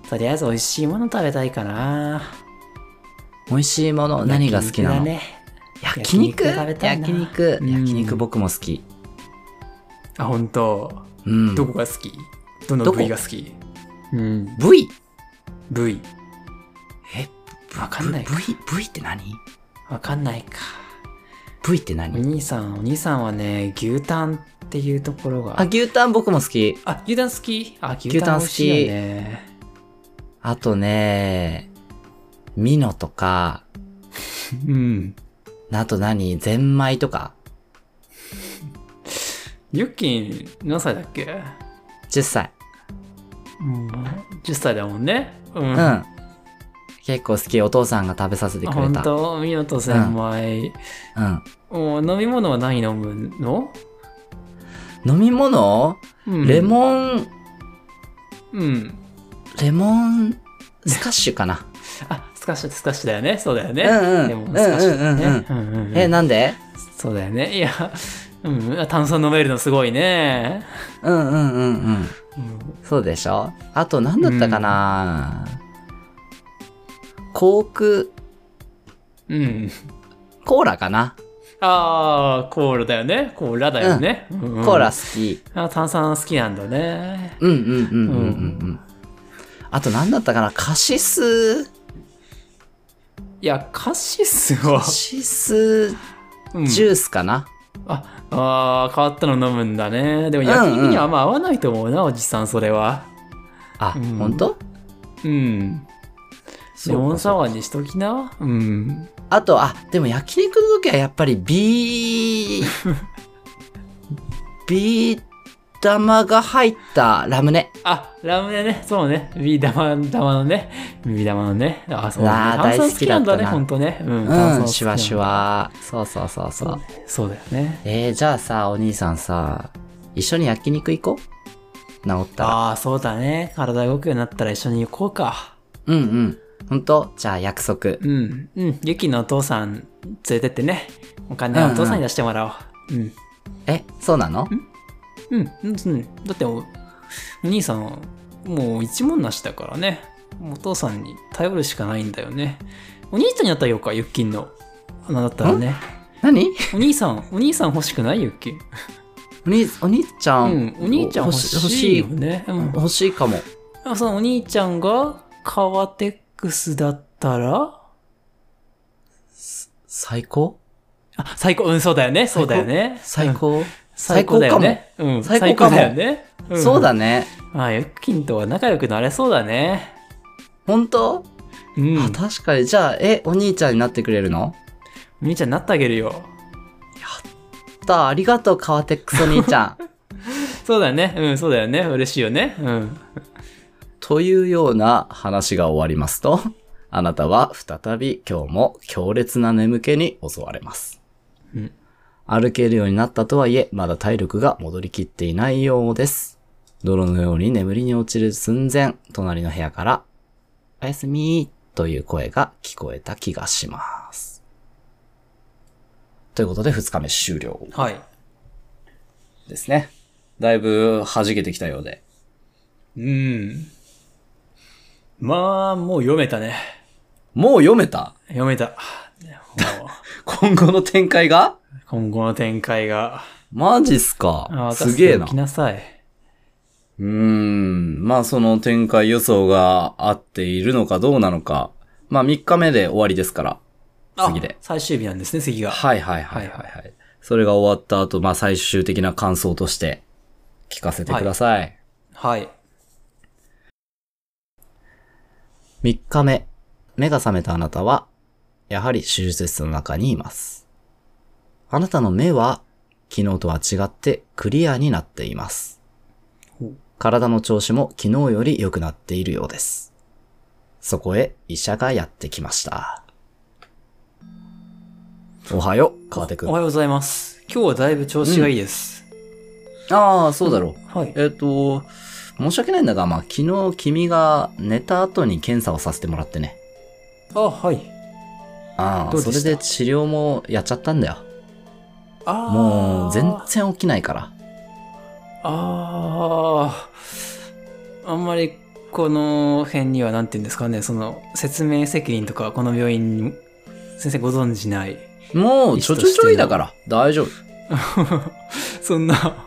とりあえず美味しいもの食べたいかな。
美味しいもの、何が好きなの
焼肉だね
焼肉
焼肉食べたいな
焼肉
うん
焼肉僕も好き。
あ、本当。
うん。
どこが好きどの
どこ
部位が好きうん。
部位
部位。
え、
わかんない
部位、部位って何
わかんないか。
部位って
お
何
兄さん、お兄さんはね、牛タンっていうところが。
あ、牛タン僕も好き。
あ、牛タン好きあ、牛
牛タ
タ
ン
ン
好
好
き
き。よね。
あとね、ミノとか、
うん。
あと何ゼンマイとか。
ユッキン、何歳だっけ
10歳。
うん。10歳だもんね。うん。
う
あ、
ん。結構好き。お父さんが食べさせてくれ
本
た。
当ミノと千枚。
うん。
お飲み物は何飲むの、
飲み物
うん
レモン、
うん。
レモン、スカッシュかな。
あ、スカッシュ、スカッシュだよね。そうだよね。
うんうん
レモンスカッシュだね。うんうんうん
え、なんで
そうだよね。いや、うん、あ炭酸飲めるのすごいね。
うんうんうんうん。
うん
そうでしょあと何だったかな、コーク、
うん。
コーラかな、
ああ、コーラだよね。コーラだよね。うん
コーラ好き。
あ炭酸好きなんだね。
うんうんうんうんうんうん。あと何だったかなカシス、
いや、カシスは
カ、シス
うん
ジュースかな、
ああー、変わったの飲むんだね。でも焼き肉にはあんま合わないと思うな、おじさん、それは。
あ、
うん
ほんと
うん。レモンサワーにしときな。うん。
あと、あ、でも焼肉の時はやっぱりビー、 ビー玉が入ったラムネ。
あ、ラムネね、そうね。ビー玉、玉のね。ビー玉のね。あ、そうね。
わあ
炭酸
大好
好
き
き
だ
な
っ
ん
た
だ
な
ね、ほんとね。うん、炭
う
酸
ん、
好き
シュ
なん
ワ
だ
シュ。ワ。そうそうそうそ
そうう。そうだよね。
えー、じゃあさ、お兄さんさ、一緒に焼肉行こう治ったら。
ああ、そうだね。体動くようになったら一緒に行こうか。
うんうん。ほんとじゃあ約束。
うん。うん。ユキのお父さん連れてってね。お金はお父さんに出してもらおう。うん、
え、そうなの
うん。うん。うん。だってお、お兄さん、もう一文なしだからね。もうお父さんに頼るしかないんだよね。お兄ちゃんになったらようか、ユッキンの。あなんだったらね。
何
お兄さん、お兄さん欲しくないユッキン。
お兄、お兄ちゃ。
うんん。お兄ちゃん欲しいよ
欲し
ね。う
い
ん。
欲しいかも。
あそのお兄ちゃんがカワテックスだったら
最高
あ、最高、うん、そうだよね、そうだよね。
最
うん。
高、
最高だよね。うん、
最
最
高か
高
も
だよね。ん
そうだね。
まあ、ユッキンとは仲良くなれそうだね。
ほんと
うん。
あ、
お
確かに。じゃあ、え、お兄ちゃんになってくれるの
兄ちゃんになってあげるよ。
だありがとう、カワテックスお兄ちゃん。
そうだよね。うん、そうだよね。嬉しいよね。うん。
というような話が終わりますと、 あなたは再び今日も強烈な眠気に襲われます。
うん
歩けるようになったとはいえ、まだ体力が戻りきっていないようです。泥のように眠りに落ちる寸前、隣の部屋から、おやすみという声が聞こえた気がします。ということで、2日目終了
はい。
ですね。だいぶ弾けてきたようで。
うん。まあ、もう読めたね。
もう読めた
読め た。もう
今後の展開が
今後の展開が。
マジっすか
あ
すげえな。
起き
う
なさい。
ーん。まあその展開予想が合っているのかどうなのか。まあ3日目で終わりですから。
あ
次で。
最終日なんですね、次が。
はいはいはいはいはい。それが終わった後、まあ最終的な感想として聞かせてください。
はい。
3日目、目が覚めたあなたは、やはり手術室の中にいます。あなたの目は、昨日とは違ってクリアになっています
ほう。
体の調子も昨日より良くなっているようです。そこへ医者がやってきました。おはよう、川手く
おは
ん。
ようございます。今日はだいぶ調子がいいです。
ああ、そうだろう。
はい。
えっ、と、申し訳ないんだが、まあ、昨日君が寝た後に検査をさせてもらってね。
あ、はい。
ああ、
どう
そ
で
れ
した
で治療もやっちゃったんだよ。
あー
もう全然起きないから。
ああ、あんまりこの辺には何て言うんですかね、その説明責任とか、この病院に先生ご存じない。
もう、ちょちょちょいだから、大丈夫。
そんな、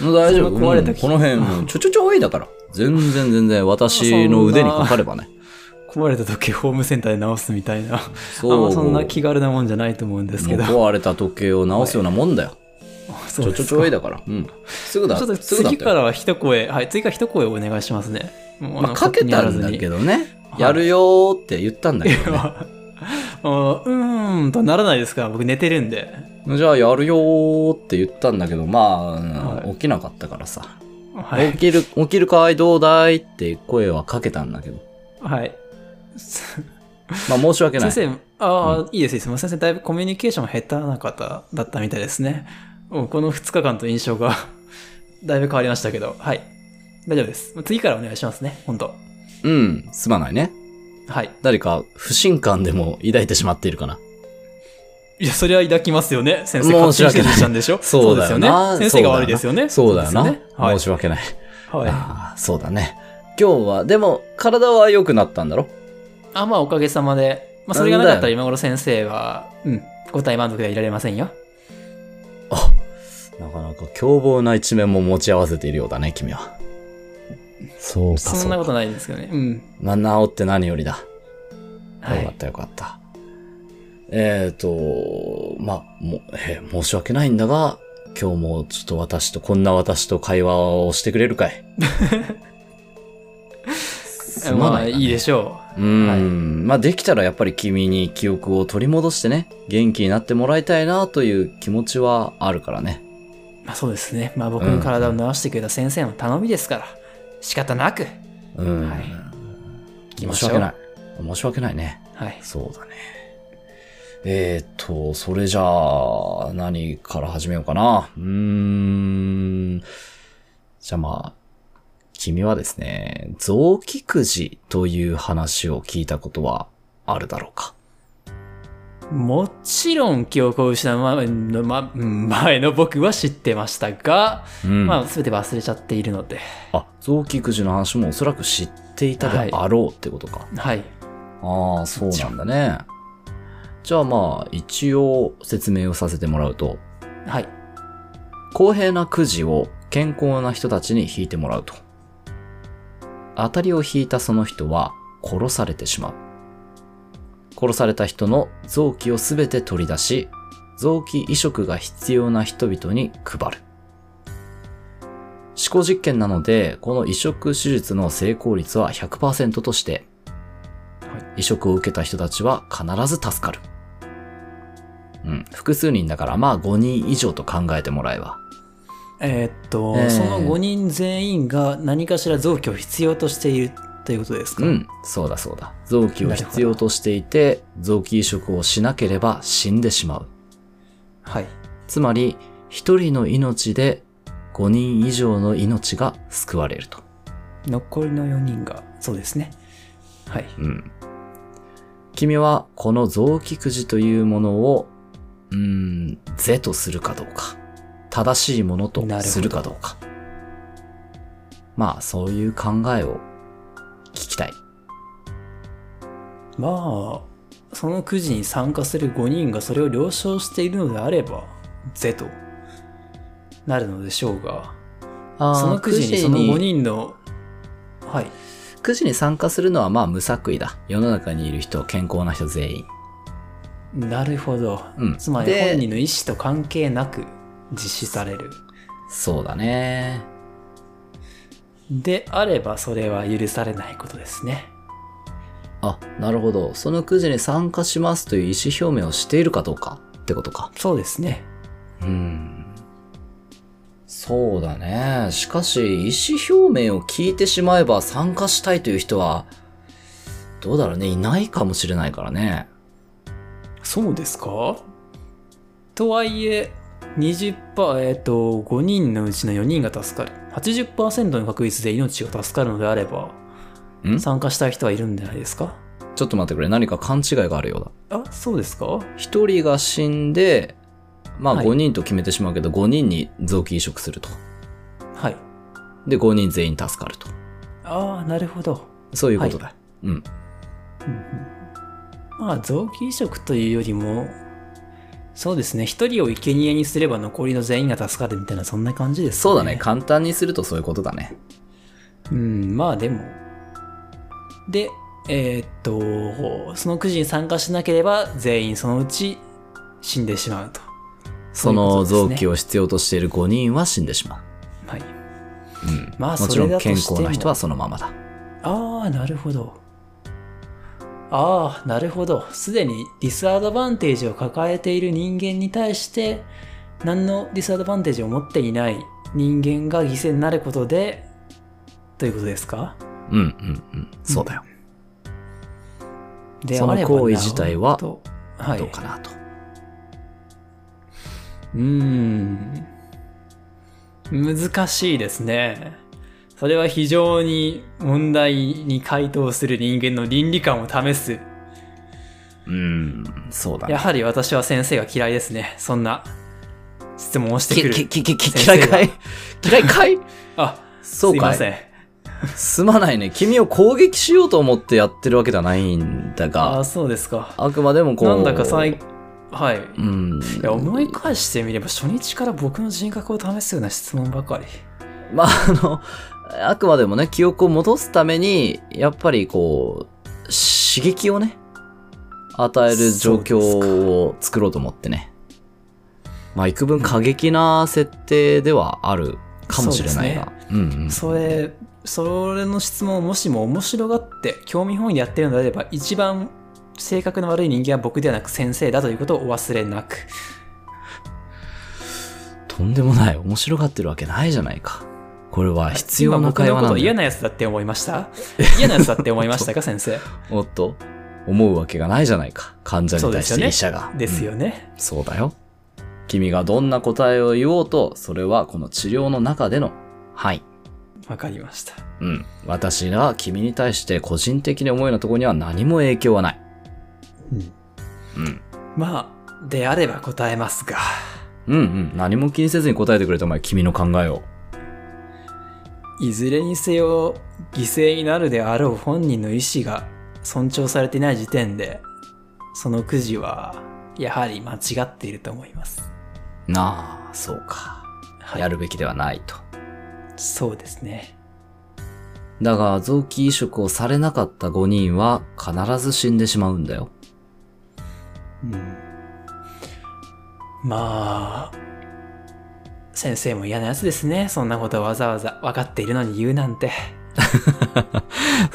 もう大丈夫。
そんな壊れた
うん
機
この辺、もうちょちょちょいだから。全然全然、私の腕にかかればね。
壊れた時計ホームセンターで直すみたいな、あん
そ
ま
う。
そんな気軽なもんじゃないと思うんですけど。
もう壊れた時計を直すようなもんだよ。ち
そう
ょ
で
ちょ
す
ちょい
か
だから。うん。すぐだ。
ちょっと
すぐだっ
次
た
か
よ。
らは一声、はい、次から一声お願いしますね。もうあ
まあ、
の
かけたんだけどね。やるよーって言ったんだけどね。
あうーんとならないですから僕寝てるんで
じゃあやるよーって言ったんだけど、まあ、
はい
起きなかったからさ。
はい
起きる、起きるかいどうだいって声はかけたんだけ ど。
はい
まあ申し訳ない。
先生ああ、いいですいいですもう先生だいぶコミュニケーション下手な方だったみたいですねもうこの2日間と印象が だいぶ変わりましたけどはい大丈夫ですもう次からお願いしますね本当
うん、すまないね。
はい
誰か不信感でも抱いてしまっているかな。
いやそれは抱きますよね先生
申し
勝
訳
手に
ない
指示したんでしょ
そうだ
です
よ
よね
な。
先生が悪いですよね
そうだよな。
そうですよねはい
申し訳ない。
はい
ああ、そうだね。今日は、でも、体は良くなったんだろ
あまあおかげさまで、まあ、それがなかったら今頃先生はうん五体満足ではいられませんよ
なかなか凶暴な一面も持ち合わせているようだね、君は。そうか、
そ
そ
ん
う
な
か。
ことないんですけどねうん
まあ、治って何よりだ。
は
よかっ
い
たよかった。えっ、と、まあ、も、えー申し訳ないんだが、今日もちょっと私と、こんな私と会話をしてくれるか いすま
ま
な
あ
い
いいで
し
しょ
うーん。まあ、できたらやっぱり君に記憶を取り戻してね、元気になってもらいたいなという気持ちはあるからね。
うまあそうですねまあ僕の体を治してくれた先生の頼みですから仕方なく
うん。
はいき
申
ま
し
しょう
訳ない。申し訳ないね。
はい
そうだね。えーっと、それじゃあ、何から始めようかな。うーん。じゃあまあ、君はですね、臓器くじという話を聞いたことはあるだろうか。
もちろん記憶を失う前の,、ま、うん前の僕は知ってましたが、
うん。
まあ全て忘れちゃっているので
あ、臓器くじの話もおそらく知っていたであろうってことか。
はい
ああ、そうなんだね。じゃあまあ、一応説明をさせてもらうと、
はい
公平なくじを健康な人たちに引いてもらうと。当たりを引いたその人は殺されてしまう。殺された人の臓器をすべて取り出し、臓器移植が必要な人々に配る。思考実験なので、この移植手術の成功率は100%として、移植を受けた人たちは必ず助かる。うん、複数人だからまあ5人以上と考えてもらえば。
えーっと、
えー
その5人全員が何かしら臓器を必要としているということですか、
うん、そうだそうだ。臓器を必要としていて、臓器移植をしなければ死んでしまう。
はい
つまり、一人の命で5人以上の命が救われると。
残りの4人がそうですねはい
うん。君はこの臓器くじというものを、うーん、是とするかどうか。正しいものとするかどうか。まあ、そういう考えを聞きたい。
まあそのくじに参加する5人がそれを了承しているのであれば「ぜ」となるのでしょうが
あー
そのくじにその5人のはい
くじに参加するのはまあ無作為だ。世の中にいる人、健康な人全員。
なるほど、
うん
つまり
で
本人の意思と関係なく実施される
そうだね。
であればそれは許されないことですね
あ、なるほど。そのくじに参加しますという意思表明をしているかどうかってことか。
そうですね
うん。そうだね。しかし、意思表明を聞いてしまえば参加したいという人は、どうだろうね。いないかもしれないからね。
そうですかとはいえ20%えっ、と5人のうちの4人が助かる80%の確率で命が助かるのであれば
んちょ
参加したい人はいるんじゃないですか
っと待ってくれ。何か勘違いがあるようだ。
あそうですか
一人が死んで、まあ
はい
5人と決めてしまうけど、5人に臓器移植すると。
はい
で、5人全員助かると。
ああ、なるほど。
そういうことだ。うん。
うんうんまあ、臓器移植というよりも、そうですね、一人を生贄にすれば残りの全員が助かるみたいな、そんな感じですね。
そうだね。簡単にするとそういうことだね。
うん、まあでも。で、えーっと、そのくじに参加しなければ全員そのうち死んでしまうと。
その臓器
を。
を必要としている5人は死んでしま
はい。
う。うん。
ま
も
あ
ちろん
それだとして
健
も
康な人はそのままだ。
ああ、なるほど。ああ、なるほど。すでにディスアドバンテージを抱えている人間に対して、何のディスアドバンテージを持っていない人間が犠牲になることで、ということですか
うんうんうん。そうだよ。
で
その
あればな
行為自体は
おとはい
どうかなと。
うーん。難しいですね。それは非常に問題に回答する人間の倫理観を試す。
うん、そうだ
や
ね。
はり私は先生が嫌いですね。そんな質問をして
き
く
き
る。
ききき
先
嫌
生
い
が
か い嫌いかい
あ、
そう
すい
か
ま
い
せん。
すまないね。君を攻撃しようと思ってやってるわけではないんだ
あ
が、
そうですか。
あくまでもこう。
なんだか最、はい。
う
い
ん。
や、思い返してみれば初日から僕の人格を試すような質問ばかり。
まあ、あの、あくまでもね、記憶を戻すために、やっぱりこう、刺激をね、与える状況を作ろうと思ってね。まあ、幾分過激な設定ではあるかもしれないが。うんうん。
それ、それの質問をもしも面白がって興味本位でやってるのであれば、一番性格の悪い人間は僕ではなく先生だということをお忘れなく。
とんでもない。面白がってるわけないじゃないか。これは必要
今
な
僕
会
の
話
こ
な
と
ん
を
だ
嫌
よ。
なやつだって思いました 嫌なやつだって思いましたか、先生。
おっと、思うわけがないじゃないか。患者に対し
そう
て医
です
者が。
ですよ
うん
ね。
そうだよ。君がどんな答えを言おうと、それはこの治療の中での範囲。
わ、かりました。
うん。私が君に対して個人的に思うようなところには何も影響はない。うん。
まあ、であれば答えますが。
うんうん。何も気にせずに答えてくれたお前、君の考えを。
いずれにせよ、犠牲になるであろう本人の意思が尊重されていない時点で、そのくじは、やはり間違っていると思います。
なあ、そうか。
はい
やるべきではないと。
そうですね。
だが、臓器移植をされなかった5人は必ず死んでしまうんだよ。
うん。まあ、先生も嫌なやつですね。そんなことわざわざ分かっているのに言うなんて。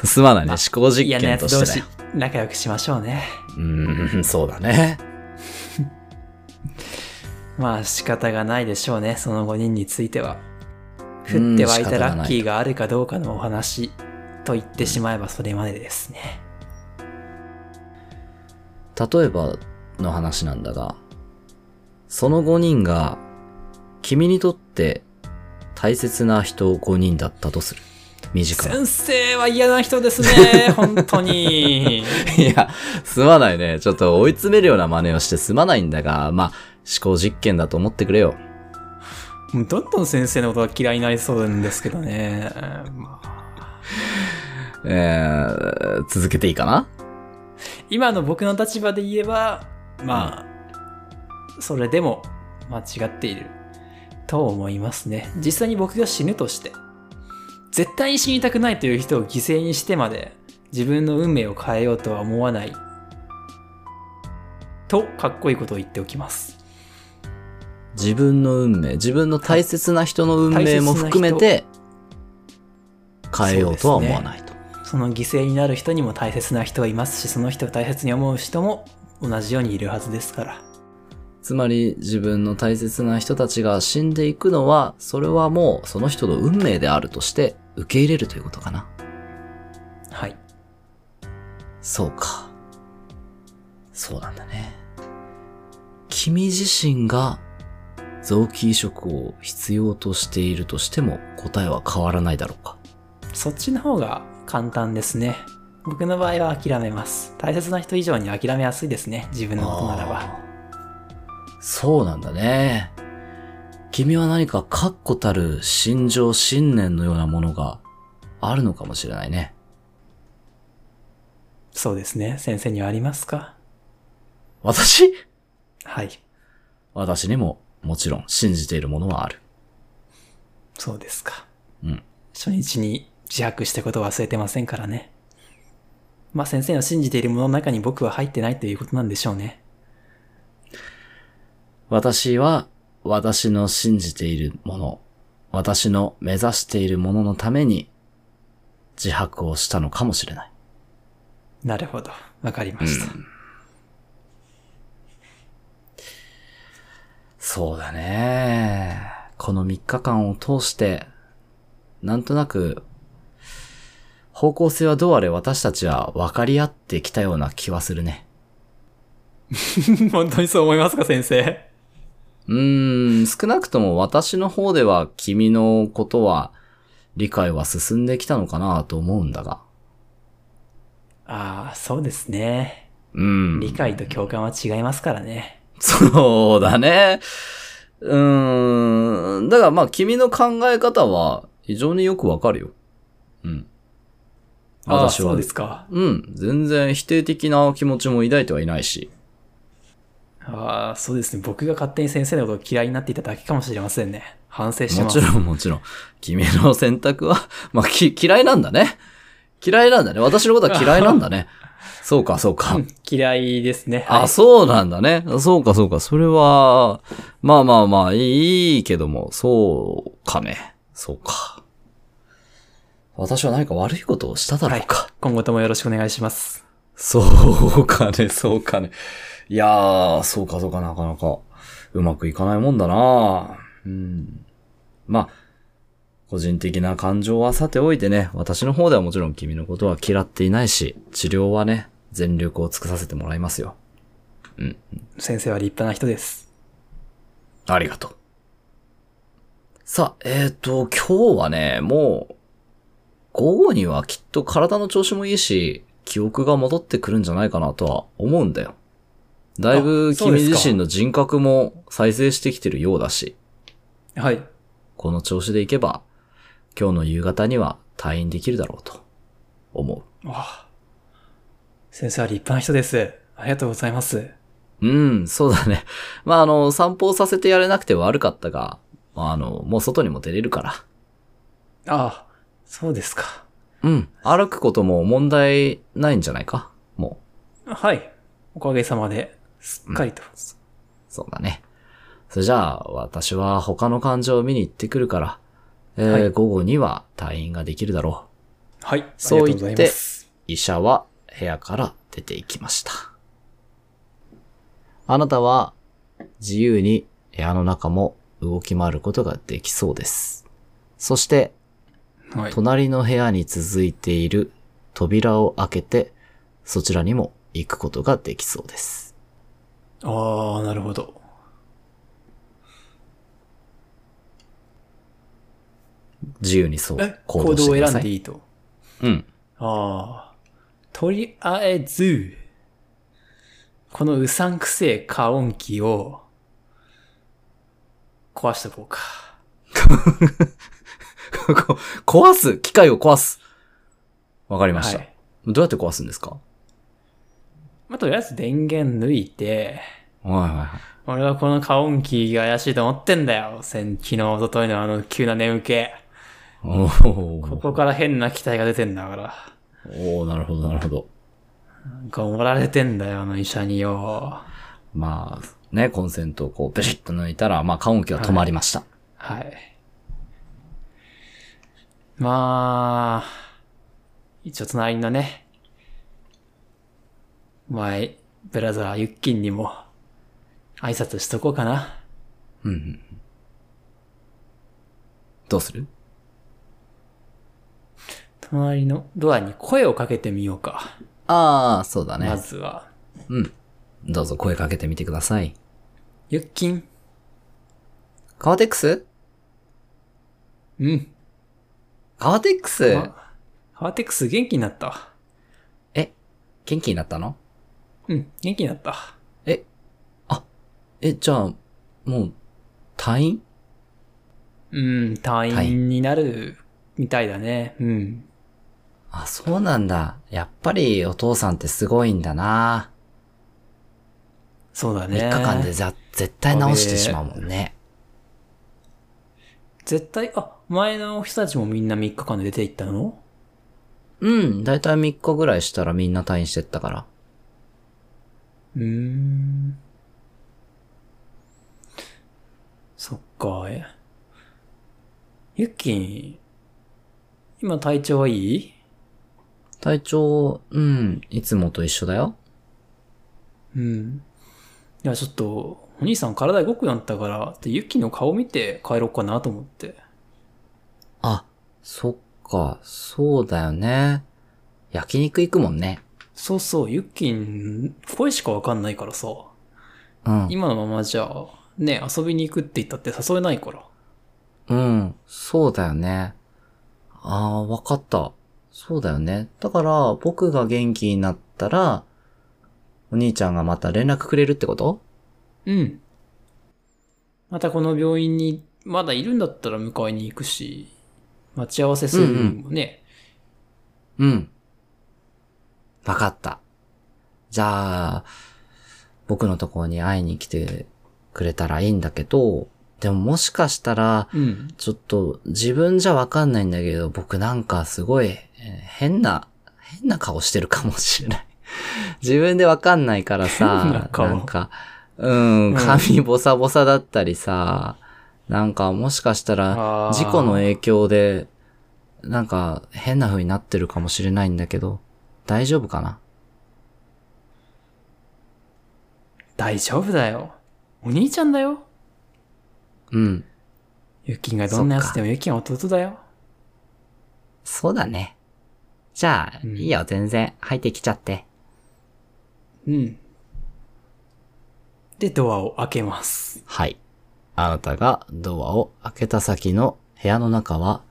すまないね。思考実
嫌なや
験と
つ同
して
士
ね。、
仲良くしましょうね。
うーん、そうだね。
まあ仕方がないでしょうね、その5人については。降って湧いたラッキーがあるかどうかのお話と言ってしまえばそれまでですね。
例えばの話なんだが、その5人が、君にとって大切な人5人だったとする。短い。
先生は嫌な人ですね、本当 に。
いや、すまないね。ちょっと追い詰めるような真似をしてすまないんだが、まあ、思考実験だと思ってくれよ。
もうどんどん先生のことが嫌いになりそうなんですけどね。まあ
えー、続けていいかな
今の僕の立場で言えば、まあ、それでも間違っていると思いますね。実際に僕が死ぬとして、絶対に死にたくないという人を犠牲にしてまで自分の運命を変えようとは思わない。と、かっこいいことを言っておきます。
自分の運命、自分の大切な人の運命も含めて、変えようとは思わないと。
その犠牲になる人にも大切な人はいますし、その人を大切に思う人も同じようにいるはずですから。
つまり自分の大切な人たちが死んでいくのは、それはもうその人の運命であるとして受け入れるということかな。
はい。
そうか。そうなんだね。君自身が臓器移植を必要としているとしても答えは変わらないだろうか。
そっちの方が簡単ですね。僕の場合は諦めます。大切な人以上に諦めやすいですね。自分のことならば。
あーそうなんだね。君は何か確固たる心情、信念のようなものがあるのかもしれないね。
そうですね。先生にはありますか
私
はい。
私にももちろん信じているものはある。
そうですか。
うん。
初日に自白したことを忘れてませんからね。まあ先生の信じているものの中に僕は入ってないということなんでしょうね。
私は私の信じているもの、私の目指しているもののために自白をしたのかもしれない。
なるほど。わかりました。
そうだね。この3日間を通して、なんとなく、方向性はどうあれ私たちは分かり合ってきたような気はするね。
本当にそう思いますか、先生。
うーん、少なくとも私の方では君のことは理解は進んできたのかなと思うんだが。
ああ、そうですね。
うん。
理解と共感は違いますからね。
そうだね。うーん。だからまあ君の考え方は非常によくわかるよ。うん。
ああ、
私は
そうですか。
うん。全然否定的な気持ちも抱いてはいないし。
ああ、そうですね。僕が勝手に先生のことを嫌いになっていただけかもしれませんね。反省し
も
ま
ち
す。
ろんもちろん。君の選択は、 まあき嫌いなんだね。嫌いなんだね。私のことは嫌いなんだね。そうかそうか。
嫌いですね。は
あ、
い
そうなんだね。そうかそうか。それは、まあまあまあ、いいけども、そうかね。そうか。私は何か悪いことをしただろうか。
今後ともよろしくお願いします。
そうかね、そうかね。いやー、そうかそうかなかなか、うまくいかないもんだなうん。まあ、個人的な感情はさておいてね、私の方ではもちろん君のことは嫌っていないし、治療はね、全力を尽くさせてもらいますよ。
先生は立派な人です。
ありがとう。さあ、えっ、と、今日はね、もう、午後にはきっと体の調子もいいし、記憶が戻ってくるんじゃないかなとは思うんだよ。だいぶ
あそう
君
ですか
自身の人格も再生してきてるようだし、
はい。
この調子でいけば、今日の夕方には退院できるだろうと思
ああ先生は立派な人です。ありがとうございます。
う。うん、そうだね。まあ、あの、散歩をさせてやれなくて悪かったが、まあ、あの、もう外にも出れるから。
ああ、そうですか。
うん。歩くことも問題ないんじゃないかも
はい。おかげさまで、すっかりと。
う。そうだね。それじゃあ、私は他の患者を見に行ってくるから、えー
はい
午後には退院ができるだろ
はい。ありがと
そうう
ご
言って
ざいます。
う。医者は部屋から出ていきました。あなたは自由に部屋の中も動き回ることができそうです。そして、
はい。
隣の部屋に続いている扉を開けて、そちらにも行くことができそうです。
ああ、なるほど。
自由にそう
え、
行
行
動し
動
て
を
くだ
選
さ
んで
い。
いいと。
うん。
ああ。とりあえず、このうさんくせえ過音機を壊しとこうか。
こ壊す機械を壊すわかりました、
はい。
どうやって壊すんですか
まあ、とりあえず電源抜いて、
はいはいはい。
俺はこの過音機が怪しいと思ってんだよ。先昨日、一昨日のあの急な眠気。
おー
ここから変な機体が出てんだから。
おーなるほどなるほど。
なんか盛られてんだよ、あの医者によ。
まあ、ね、コンセントをこう、ベシッと抜いたら、まあ、過音機は止まりました。
はい。まあ、一応隣のね、前、ブラザー、ユッキンにも、挨拶しとこうかな。
うんうんうん。どうする
隣のドアに声をかけてみようか。
ああ、そうだね
ま。ずは。
うん。どうぞ声かけてみてください。
ユッキン。
カワテックス
うん。
カワテックス
あハーテックス元気になった。
え、元気になったの
うん、元気になった。
え、あ、え、じゃあ、もう、退院
うん、退院になるみたいだね。うん。
あ、そうなんだ。やっぱりお父さんってすごいんだな。
そうだ
3
ね。
日間でじゃ、絶対直してしまうもんね。
絶対、あ、前の人たちもみんな3日間で出て行ったの
うん、だいたい3日ぐらいしたらみんな退院してったから。
うーん。そっか。えゆっきん、今体調はいい
体調、うん、いつもと一緒だよ。
うん。いや、ちょっと、お兄さん体動くようになったから、でゆっきんの顔見て帰ろうかなと思って。
あ、そっか、そうだよね。焼肉行くもんね。
そうそう、ゆっきん、声しかわかんないからさ、
うん。
今のままじゃ、ね、遊びに行くって言ったって誘えないから。
うん、そうだよね。ああ、わかった。そうだよね。だから、僕が元気になったら、お兄ちゃんがまた連絡くれるってこと
うん。またこの病院に、まだいるんだったら迎えに行くし、待ち合わせするにもね、
うん。わかった。じゃあ、僕のところに会いに来てくれたらいいんだけど、でももしかしたら、
うん、
ちょっと自分じゃわかんないんだけど、僕なんかすごいえー変な、変な顔してるかもしれない。 自分でわかんないから
変な
さ、
顔
なんか、うん、
ん
髪ボサボサだったりさ、なんかもしかした
あ
ら
ー
事故の影響で、なんか変な風になってるかもしれないんだけど、大丈夫かな
大丈夫だよ。お兄ちゃんだよ。
うん、
ゆきんがどんなやつでもゆきんは弟だよ。
そうだね。じゃあ、
うん
いいよ、全然入ってきちゃって。
うん。で、ドアを開けます。
はい。あなたがドアを開けた先の部屋の中は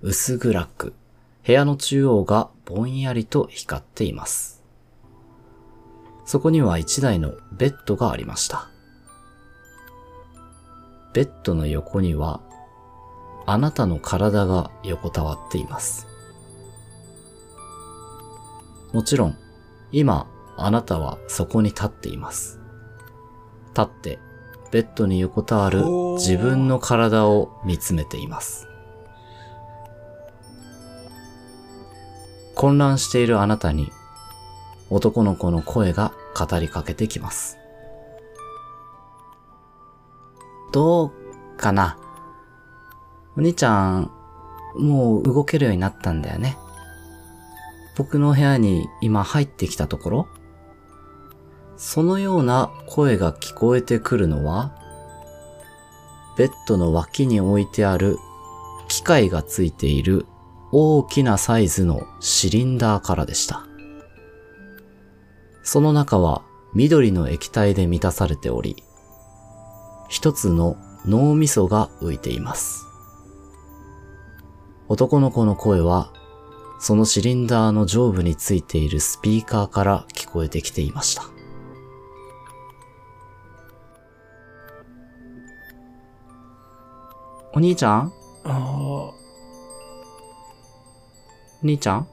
薄暗く、部屋の中央がぼんやりと光っています。そこには一台のベッドがありました。ベッドの横には、あなたの体が横たわっています。もちろん、今、あなたはそこに立っています。立って、ベッドに横たわる
おー
自分の体を見つめています。混乱しているあなたに、男の子の声が語りかけてきます。どうかなお兄ちゃん、もう動けるようになったんだよね。僕の部屋に今入ってきたところそのような声が聞こえてくるのは、ベッドの脇に置いてある機械がついている大きなサイズのシリンダーからでした。その中は緑の液体で満たされており、一つの脳みそが浮いています。男の子の声は、そのシリンダーの上部についているスピーカーから聞こえてきていました。お兄ちゃん
あ
お兄ちゃん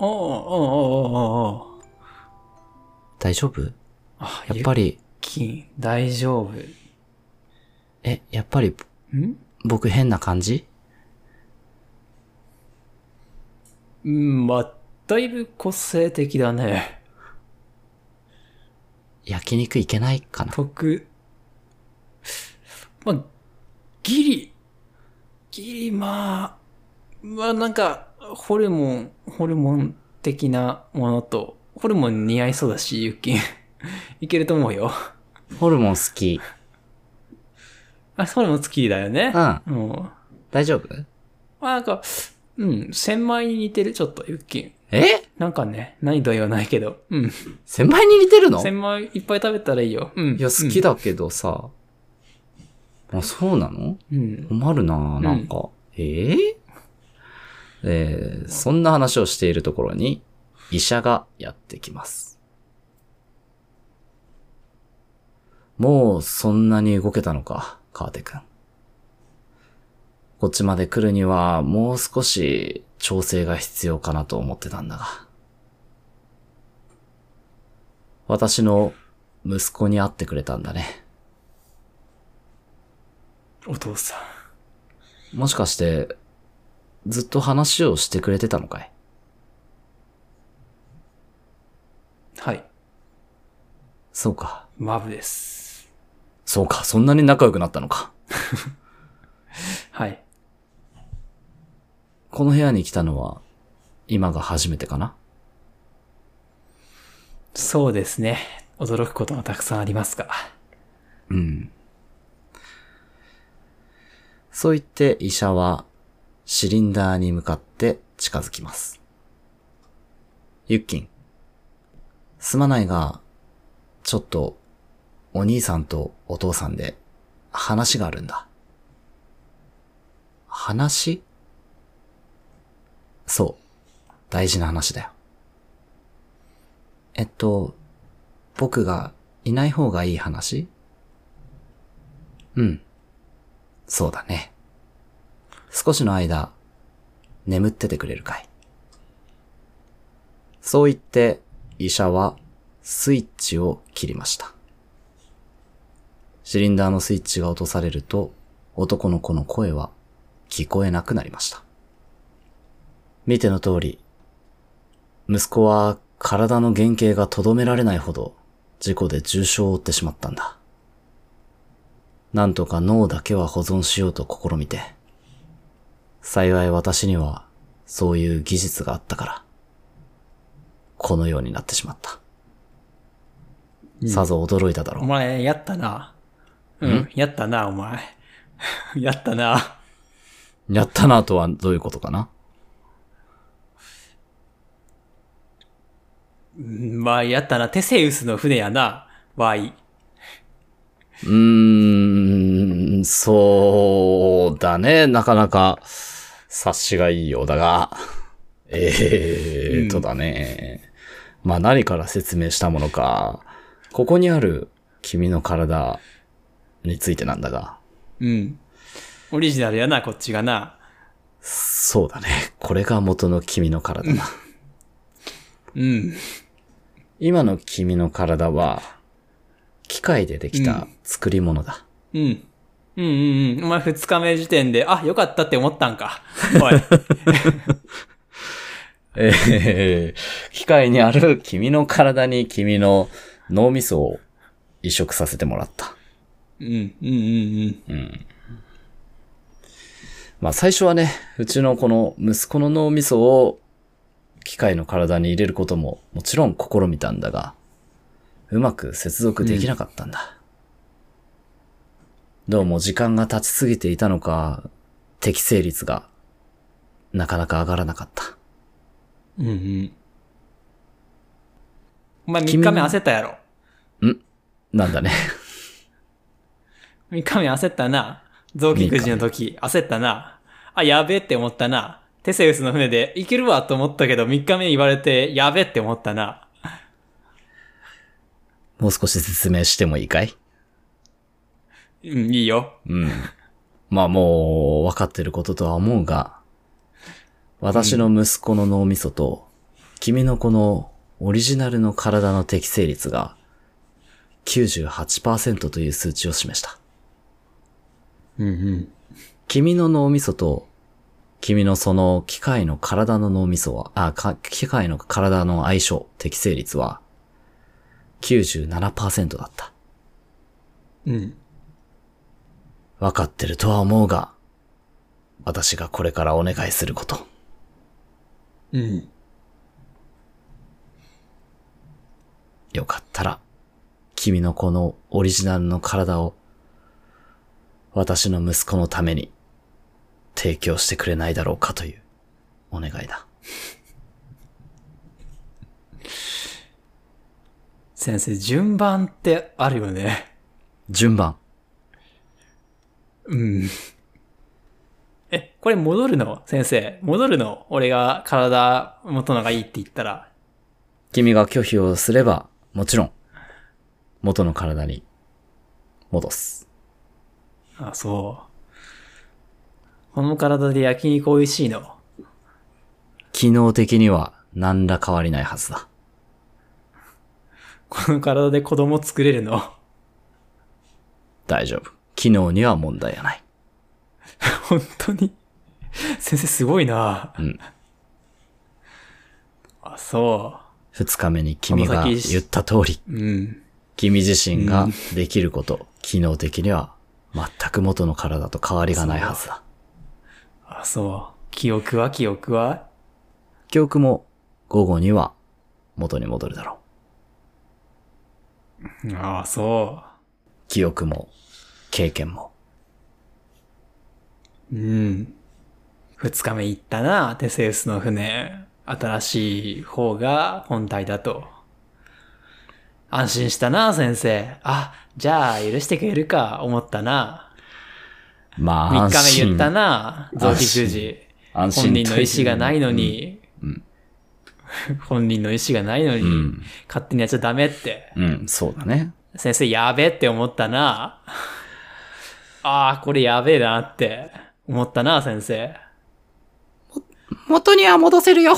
あ、ああ、ああ、あ
大丈夫
あ、ああ。
やっぱ
り。
り、
ゆきん、大丈夫。
え、やっぱり
ん
僕変な感じ
うん、まあ、だいぶ個性的だね。
焼肉いけないかな
僕、まあ、ギリ、ギリ、まあ、まあなんか、ホルモン、ホルモン的なものと、ホルモン 似合いそうだし、ゆきん。いけると思うよ。
ホルモン好き。
あ、ホルモン好きだよね
う。ん。
うん。
大丈夫
まあなんか、うん、千枚に似てる、ちょっと、ゆっきん。
え
なんかね、何とは言わないけど。うん。
千枚に似てるの
千枚いっぱい食べたらいいよ。うん。
いや、好きだけどさ。あ、そうなの
うん。うん。
困るなぁ、なんか。えーえーそんな話をしているところに、医者がやってきます。もうそんなに動けたのか、川手くん。こっちまで来るにはもう少し調整が必要かなと思ってたんだが。私の息子に会ってくれたんだね。
お父さん。
もしかして、ずっと話をしてくれてたのかい
はい。
そうか。
マブです。
そうか。そんなに仲良くなったのか。
はい。
この部屋に来たのは、今が初めてかな
そうですね。驚くことがたくさんありますが。
うん。そう言って医者はシリンダーに向かって近づきます。ユッキン。すまないが、ちょっとお兄さんとお父さんで話があるんだ。話そう。大事な話だよ。えっと、僕がいない方がいい話うん。そうだね。少しの間、眠っててくれるかい。そう言って、医者はスイッチを切りました。シリンダーのスイッチが落とされると、男の子の声は聞こえなくなりました。見ての通り、息子は体の原型がとどめられないほど事故で重傷を負ってしまったんだ。なんとか脳だけは保存しようと試みて。幸い私にはそういう技術があったから、このようになってしまった。さぞ驚いただろ
お
う。
前、やったな。うん
ん、
やったな、お前。 やったな。
やったなとはどういうことかな
うんまあ、やったな。テセウスの船やな。わい。
うーん、そうだね。なかなか察しがいいようだが、えーとだね。まあ何から説明したものか、ここにある君の体についてなんだが、
うん。オリジナルやな、こっちがな。
そうだね。これが元の君の体だ。
うん。
今の君の体は、機械でできた作り物だ。
うん。うんうんうん。お前二日目時点で、あ、よかったって思ったんか。おい。
えー機械にある君の体に君の脳みそを移植させてもらった。
うん、うんうん
まあ最初はね、うちのこの息子の脳みそを機械の体に入れることももちろん試みたんだが、うまく接続できなかったんだ。どうも時間が経ちすぎていたのか、適正率がなかなか上がらなかった。
うん。うんうん。お前三日目焦ったやろ。
なんだね。
三日目焦ったな。臓器くじの時、焦ったな。あ、やべえって思ったな。テセウスの船で、いけるわと思ったけど、三日目言われて、やべえって思ったな。
もう少し説明してもいいかい
うん、いいよ。
うん。まあもう、分かってることとは思うが、私の息子の脳みそと、君のこのオリジナルの体の適正率が、98%という数値を示した。
うんうん。
君の脳みそと、君のその機械の体の脳みそは、あ、か機械の体の相性、適正率は、97%だった。
うん。
わかってるとは思うが、私がこれからお願いすること。
うん。
よかったら、君のこのオリジナルの体を、私の息子のために、提供してくれないだろうかという、お願いだ。
先生、順番ってあるよね。
順番。
うん。え、これ戻るの先生。戻るの俺が体元のがいいって言ったら。
君が拒否をすれば、もちろん、元の体に、戻す。
あ、そう。この体で焼肉美味しいの。
機能的には何ら変わりないはずだ。
この体で子供作れるの。
大丈夫。機能には問題はない。
本当に。先生すごいな
うん。
あ、そ
二日目に君が
この先
言った通り、
う。うん。
君自身
う
が
ん
できること、機能的には全く元の体と変わりがないはずだ。
あ、そう。記憶は記憶は
記憶も午後には元に戻るだろう。
ああ、そ
記憶も経験も。
う。うん。二日目行ったな、テセウスの船。新しい方が本体だと。安心したな、先生。あ、じゃあ許してくれるか、思ったな。
まあ、安
三日目
心
言ったな、臓器十字。
安心
本人の意思がないの
うん
に、本人の意思がないのに、
ん
勝手にやっちゃダメって。
うん、そうだね。
先生、やべえって思ったな。ああ、これやべえなって思ったな、先生。
元には戻せる よ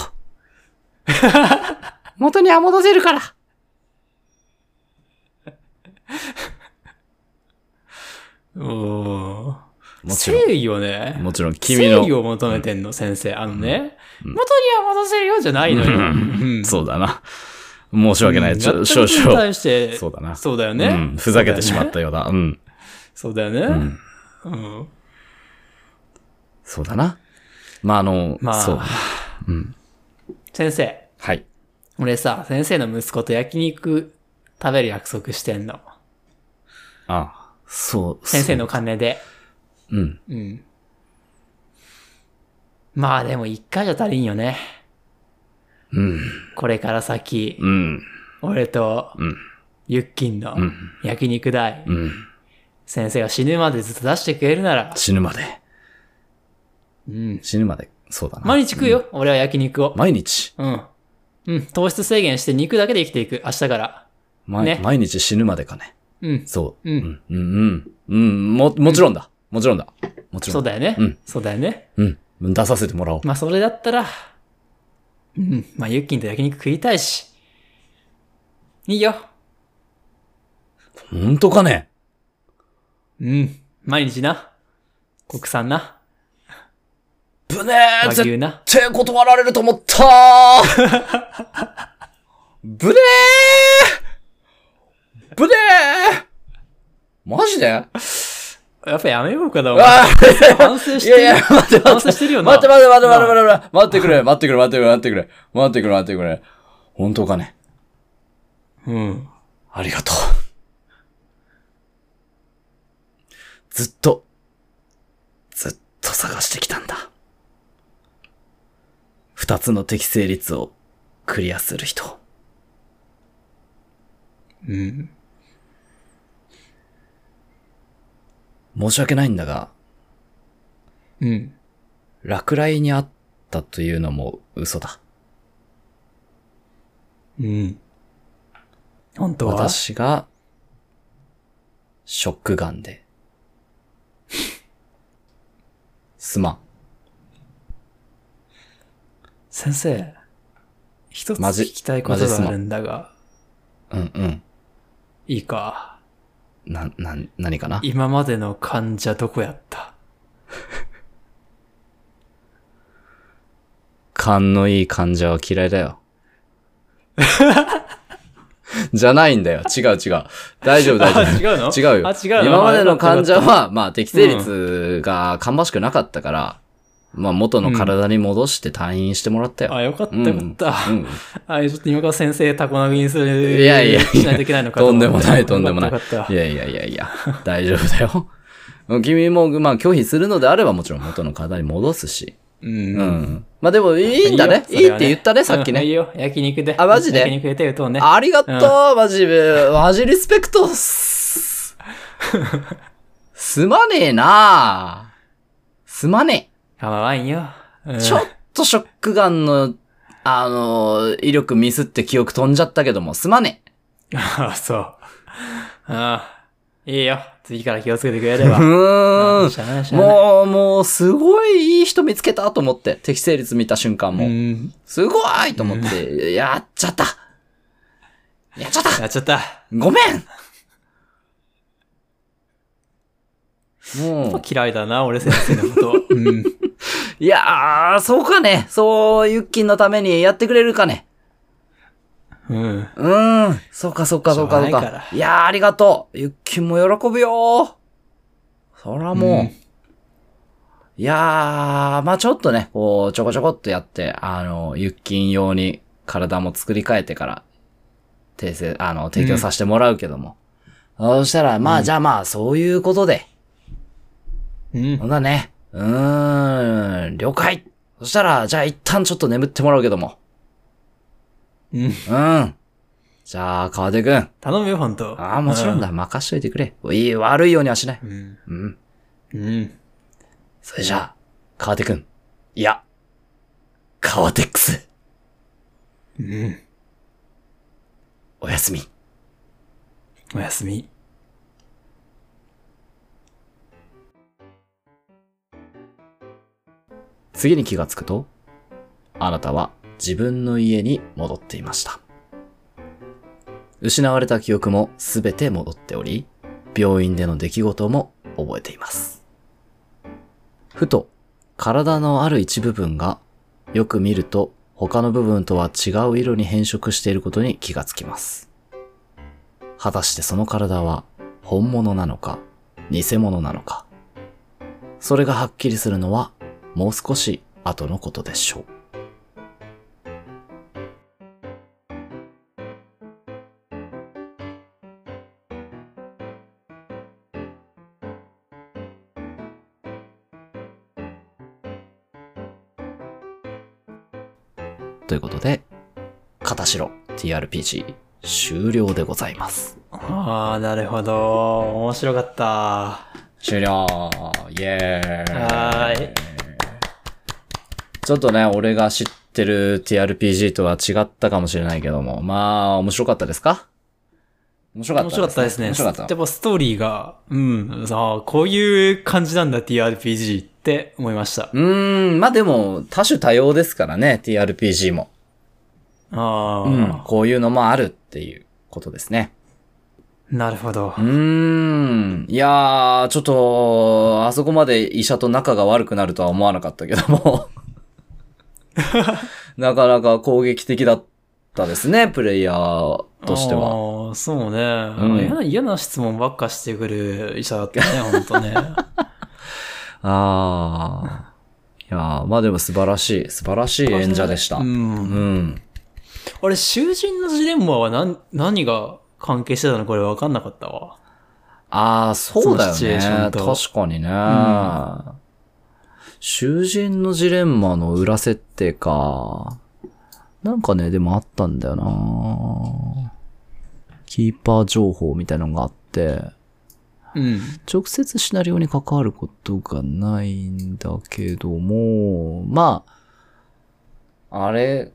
元には戻せるから
うーん。
もちろん
正義をね。
もちろん君の
正義を求めてんの、先生。あのね、元には戻せるよじゃないのよ。うん
そうだな。申し訳ない。ち
や
ょ
ったこと
少
に
々
対。して、
そうだな
そうだよ
う
ね。
ん、ふざけてしまったようだ。うん。
そうだよね。
ん
うん
そうだな。まあ、あの、
まあ
そう。
先生、
はい。
俺さ、先生の息子と焼肉食べる約束してんの。
あそう。
先生の金で。
そう。うん。
うん。まあでも一回じゃ足りんよね。
うん。
これから先、
うん。
俺と
うん。
ゆっきんの
うん
焼肉代、
うん。
先生が死ぬまでずっと出してくれるなら、
死ぬまで。
うん。
死ぬまで。そうだな。
毎日食うよ、俺は焼肉を。
毎日。
うん。うん、糖質制限して肉だけで生きていく、明日から。
毎
ね
毎日死ぬまでかね。
うん。
そう。
う
うんん。うん。うん。うん。も、もちろんだ。もちろんだ。もちろん。
そうだよね。
うん
そうだよね。
うん。出させてもらおう。
まあそれだったら、うん、まあユッキンと焼肉食いたいし。いいよ。
本当かね
うん、毎日な。国産な。
ぶね
和
ー絶
牛な。
対断られると思ったー ぶねーぶねーマ ジで
やっぱやめようかな、お前
あー
反省し
い
てる。
やいや、待って
反
待
省
っ。
しててるよな。
待って待って待って待って待って待ってくれ、待ってくれ、待ってくれ、待ってくれ、待ってくれ、待ってくれ。本当かね
うん。
ありがとう。ずっと、ずっと探してきたんだ。二つの適正率をクリアする人。
うん。
申し訳ないんだが、
うん。
落雷にあったというのも嘘だ。
うん。本当は
私が、ショックガンで。すまん。
先生、一つ
まじ
聞きたいことがあるんだが、
うんうん。
いいか。
な、な、何かな
今までの患者どこやった
勘のいい患者は嫌いだ よ。じゃないんだよ。違う違う。大丈夫大丈夫。
違うの
違うよ。
あ、違うの
今までの患者
は
は、まあ適正率が芳しくなかったから、まあ元の体に戻して退院してもらったよ。
あ、よかったよかった。
うん。
あ、ちょっと今川先生、タコ殴りにする。
いやいやいや
しないといけないのか
とん
思
で
っ
も
て
ない、とんでもない
よかったよかっ。
い
た
やいやいやいや、大丈夫だよ。君も、まあ拒否するのであればもちろん元の体に戻すし。
うん
う。ん。まあでもいいんだね。い
よ
いって言ったね、さっき
うんいい
ね。
よ、焼肉で。
あマジで
焼肉で手打とうね。
ありがとう、マジ、マジリスペクトっす。すまねえなすまねえ。
かまわんよ。うん
ちょ っとショックガンの、あの、威力ミスって記憶飛んじゃったけども、すまね
ああ、そう。ああ。いいよ。次から気をつけてくれれ
う
ば。
ーん
しゃあないしゃあない
もう、もう、すごいいい人見つけたと思って、適正率見た瞬間も、
うん。
すごいと思って、やっちゃったやっちゃった
やっちゃった。
ごめ んもう、
嫌いだな、俺先生のこと。うん。
いやー、そうかね。そう、ユッキンのためにやってくれるかね。
うん。
うーん、そうかそうかそうかそう
しょうがない
か
か。
いやー、ありがとう。ユッキンも喜ぶよー。そらもう、
うん
いやー、まあちょっとね、こう、ちょこちょこっとやって、あの、ユッキン用に体も作り変えてから、訂正、あの、提供させてもらうけども。そしたら、まあ、じゃあまあ、そういうことで、
うん
ほ。んだね。うーん、了解。そしたら、じゃあ一旦ちょっと眠ってもらうけども。
うん。
うん。じゃあ、川手くん。
頼むよ、ほんと。
ああ、もちろんだ。任しといてくれ。いい、悪いようにはしない。
うん。
うん。
うん。
それじゃあ、川手くん。いや、川テックス、
うん。
おやすみ。
おやすみ。
次に気がつくと、あなたは自分の家に戻っていました。失われた記憶もすべて戻っており、病院での出来事も覚えています。ふと、体のある一部分が、よく見ると他の部分とは違う色に変色していることに気がつきます。果たしてその体は本物なのか、偽物なのか。それがはっきりするのはもう少し後のことでしょう。ということで、片白 TRPG 終了でございます。
ああ、なるほど。面白かった。
終了イエーイ
はーい
ちょっとね、俺が知ってる TRPG とは違ったかもしれないけども、まあ、面白かったですか面白かった
面白かったですね。
面白かった。
やっぱストーリーが、うん、さあ、こういう感じなんだ、TRPG って思いました。
うーん、まあでも、多種多様ですからね、TRPG も。
ああ、
うん、こういうのもあるっていうことですね。
なるほど
う。ーん。いやー、ちょっと、あそこまで医者と仲が悪くなるとは思わなかったけども。 なかなか攻撃的だったですね、プレイヤーとしては。
ああ、そうね、
ん
嫌な。嫌な質問ばっかしてくる医者だったね、ほんと ね。
あー。いやー、まあでも素晴らしい、素晴らしい演者でした。
う
うん。
ん。あれ、囚人のジレンマは何、何が関係してたのこれ分かんなかったわ。
あー、そうだ
そのシチュエーショ
よね。
ンと
確かにね。囚人のジレンマの裏設定か。なんかね、でもあったんだよなキーパー情報みたいなのがあって、
うん。
直接シナリオに関わることがないんだけども、まあ、あれ、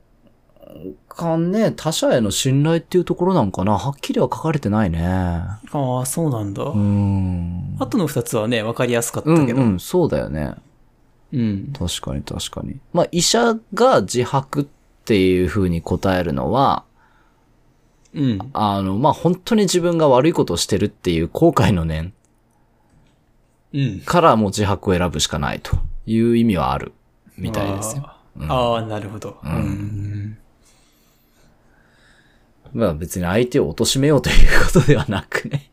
かね、他者への信頼っていうところなんかな。はっきりは書かれてないね。
ああ、そうなんだ。
うん。
あとの二つはね、分かりやすかった
うん
けど。
うん、そうだよね。
うん。
確かに確かに。まあ、医者が自白っていう風に答えるのは、
うん。
あの、まあ、本当に自分が悪いことをしてるっていう後悔の念
うん。
からもう自白を選ぶしかないという意味はあるみたいですよ。
あー、あーなるほど。うん。
まあ、別に相手を貶めようということではなく ね。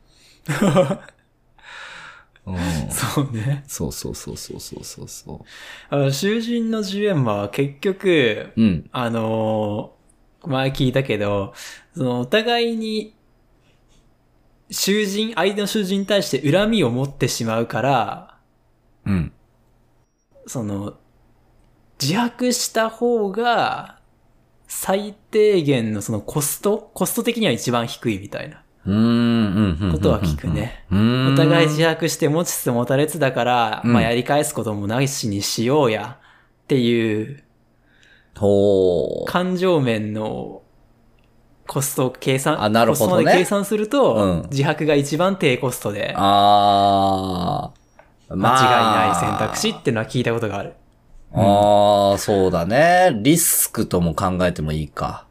うん、
そうね。
そうそうそうそうそうそうそ
あの囚人のジレンマは結局、
う。うん。
あのー前聞いたけど、そのお互いに、囚人、相手の囚人に対して恨みを持ってしまうから、
うん。
その、自白した方が、最低限のそのコスト、コスト的には一番低いみたいな。
うーん。うん。
ことは聞くね
うん。うん
お互い自白して持ちつ持たれつだから、
うん
まあやり返すこともないしにしようや、っていう
ほう。
感情面のコストを計算、
あなるほどね
コストまで計算すると、
うん
自白が一番低コストで、
あー、ま
間違いな
あ
い選択肢ってのは聞いたことがある。
ああ、そうだね。リスクとも考えてもいいか。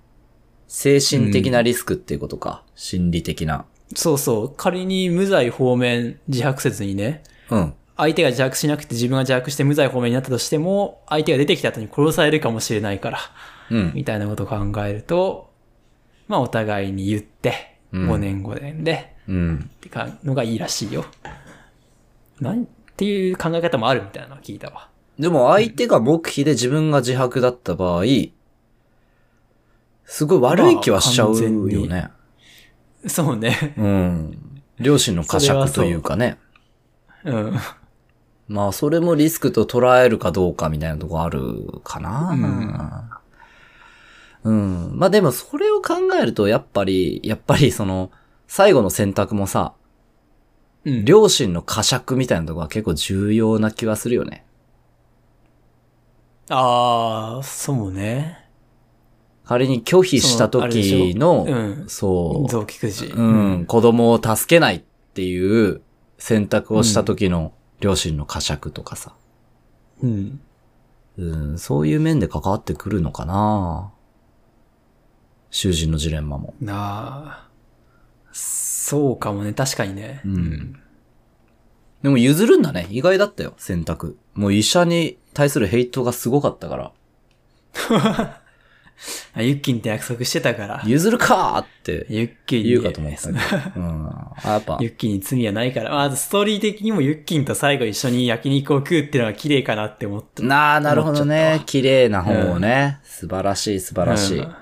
精神的なリスクっていうことか。心理的な。
そうそう。仮に無罪方面自白せずにね、
うん。
相手が自白しなくて自分が自白して無罪方面になったとしても、相手が出てきた後に殺されるかもしれないから、
うん。
みたいなことを考えると、まあお互いに言って、
うん
5年5年で、
うん。
ってか、のがいいらしいよ。なんっていう考え方もあるみたいなのは聞いたわ。
でも相手が黙秘で自分が自白だった場合、すごい悪い気はしちゃうよね。
そうね。
うん。両親の呵責というかね。
うん。
まあ、それもリスクと捉えるかどうかみたいなとこあるかな。うん。まあでも、それを考えると、やっぱり、やっぱりその、最後の選択もさ、
うん。
両親の呵責みたいなとこは結構重要な気はするよね。
ああ、そうね。
仮に拒否した時の、
そのあれでしょうん
そう、
臓器くじ。
うん、子供を助けないっていう選択をした時の両親の呵責とかさ、
うん。
うん、そういう面で関わってくるのかな囚人のジレンマも。
なあ。そうかもね、確かにね。
うん。でも譲るんだね。意外だったよ、選択。もう医者に対するヘイトがすごかったから、
あユッキンって約束してたから。
譲るかーって
ユッキンに。
言うかと思ったけど。うん。あ、やっぱ
ユ、ッキンに罪はないから。まああとストーリー的にもユッキンと最後一緒に焼肉を食うっていうのが綺麗かなって思った。
なあ、なるほど
思っちゃっ
ね
た。
綺麗な本をね。素晴らしい、素晴らしい。
うん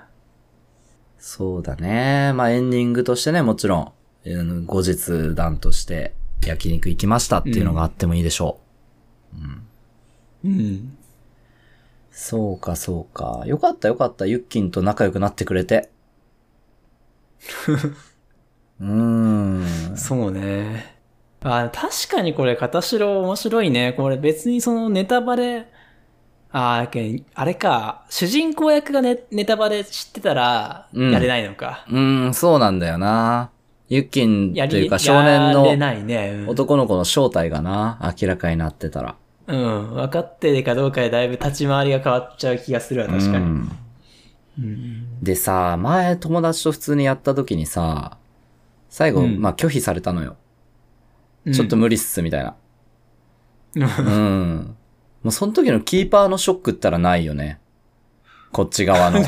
そうだね。まあエンディングとしてね、もちろん、うん後日談として焼肉行きましたっていうのがあってもいいでしょう。
うん。
そうか、そうか。よかった、よかった。ユッキンと仲良くなってくれ て。うーん。
そうね。あ、確かにこれ、片白面白いね。これ別にそのネタバレ、あーけんあれか、主人公役がネネタバレ知ってたら、
うん
やれないのか。
うーん、そうなんだよな。ユッキン
やり
というか少年
やれ
の
ないね。うん
男の子の正体がな、明らかになってたら。
うん、分かってるかどうかでだいぶ立ち回りが変わっちゃう気がするわ、確か
う
に。
ん
うん。
でさ、前友達と普通にやった時にさ、最後、
うん
まあ拒否されたのよ。
うん
ちょっと、無理っす、みたいな。
うん
うん。もうその時のキーパーのショックったらないよね。こっち側 の。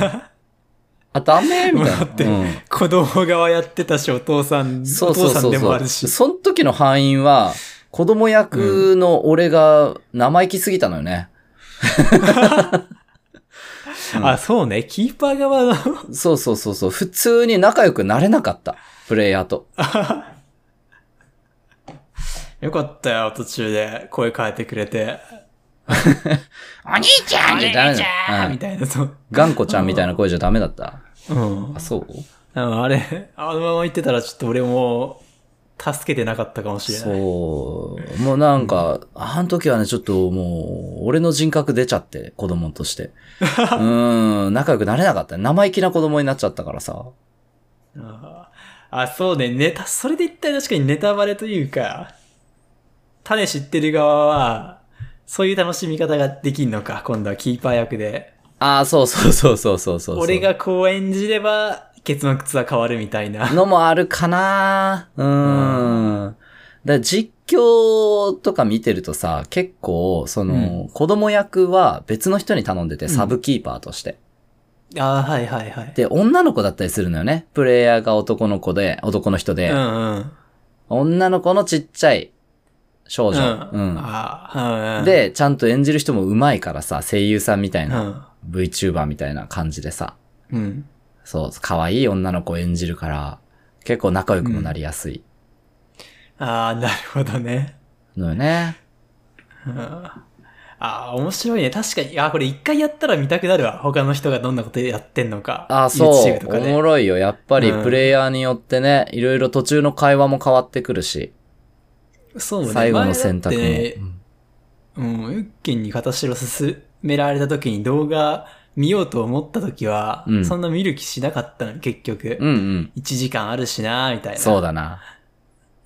あ、ダメみたいな。
待って
うん
子供側やってたし、お父さん、
そうそう
お父さ
そ
ん
う
でもあ
そう。
るし。
その時の敗因は、子供役の俺が生意気すぎたのよね。うん
あ、そうね、キーパー側の。
そうそうそうそう。普通に仲良くなれなかった。プレイヤーと。
よかったよ、途中で声変えてくれて。
お兄ちゃんじゃダメだ。うん
みたいな、そう。
頑固ちゃんみたいな声じゃダメだった。
うん
あ、。そう
あのあれ、あのまま言ってたらちょっと俺も、助けてなかったかもしれない。
そう。もうなんか、あの時はね、ちょっともう、俺の人格出ちゃって、子供として。うん、仲良くなれなかった。生意気な子供になっちゃったからさ。
あーあ、そうね、ネタ、それで言ったら確かにネタバレというか、種知ってる側は、そういう楽しみ方ができんのか、今度はキーパー役で。
ああ、そうそうそうそうそうそうそう。
俺がこう演じれば、結末は変わるみたいな。
のもあるかなうーん。だから実況とか見てるとさ、結構、その、子供役は別の人に頼んでて、サブキーパーとして。
ああ、はいはいはい。
で、女の子だったりするのよね。プレイヤーが男の子で、男の人で、
うんうん。
女の子のちっちゃい少
うん。
女。うん
ああ、うん。、
で、ちゃんと演じる人も上手いからさ、声優さんみたいうな、
ん。
VTuber みたいな感じでさ、
うん。
そう、可愛い女の子を演じるから、結構仲良くもなりやすい
ああ、なるほどね。
のよね。
ああー、面白いね。確かに。あーこれ一回やったら見たくなるわ。他の人がどんなことやってんのか。
あ、そう
YouTube。とか
お
で。
もろいよ。やっぱり
うん
プレイヤーによってね、いろいろ途中の会話も変わってくるし、
そうね。
最後の選択も。
前だってねうん、ユッケンに片白すすめられた時に動画見ようと思った時は、
うん
そんな見る気しなかったの、結局。
うんうん。
1時間あるしなみたいな。
そうだな。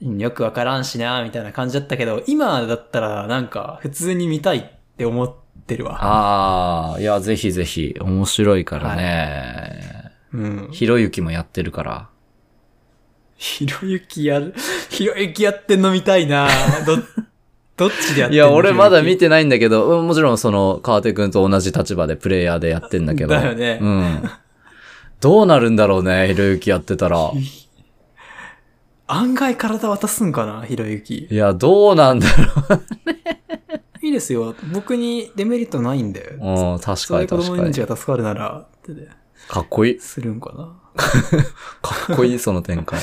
うんよくわからんしなみたいな感じだったけど、今だったらなんか普通に見たいって思ってるわ。
ああ、いや、ぜひぜひ、面白いからね。
うん。
ひろゆきもやってるから。
ひろゆきやる、 ひろゆきやってんの見たいな ど、どっちでやってんの
いや、俺まだ
ひろゆ
見てないんだけど、うんもちろんその、川手くんと同じ立場でプレイヤーでやってんだけど。
だよね
うん。どうなるんだろうね、ひろゆきやってた ら。
き案外体渡すんかなひろゆき。
いや、どうなんだ
いいですよ。僕にデメリットないんだよ。
ろう。うん、確
そ
か
れ
に
で子
確
供
か
命
に。
が助かるなら、ってね
かっこいい。
するんかな。
かっこいい、その展 開。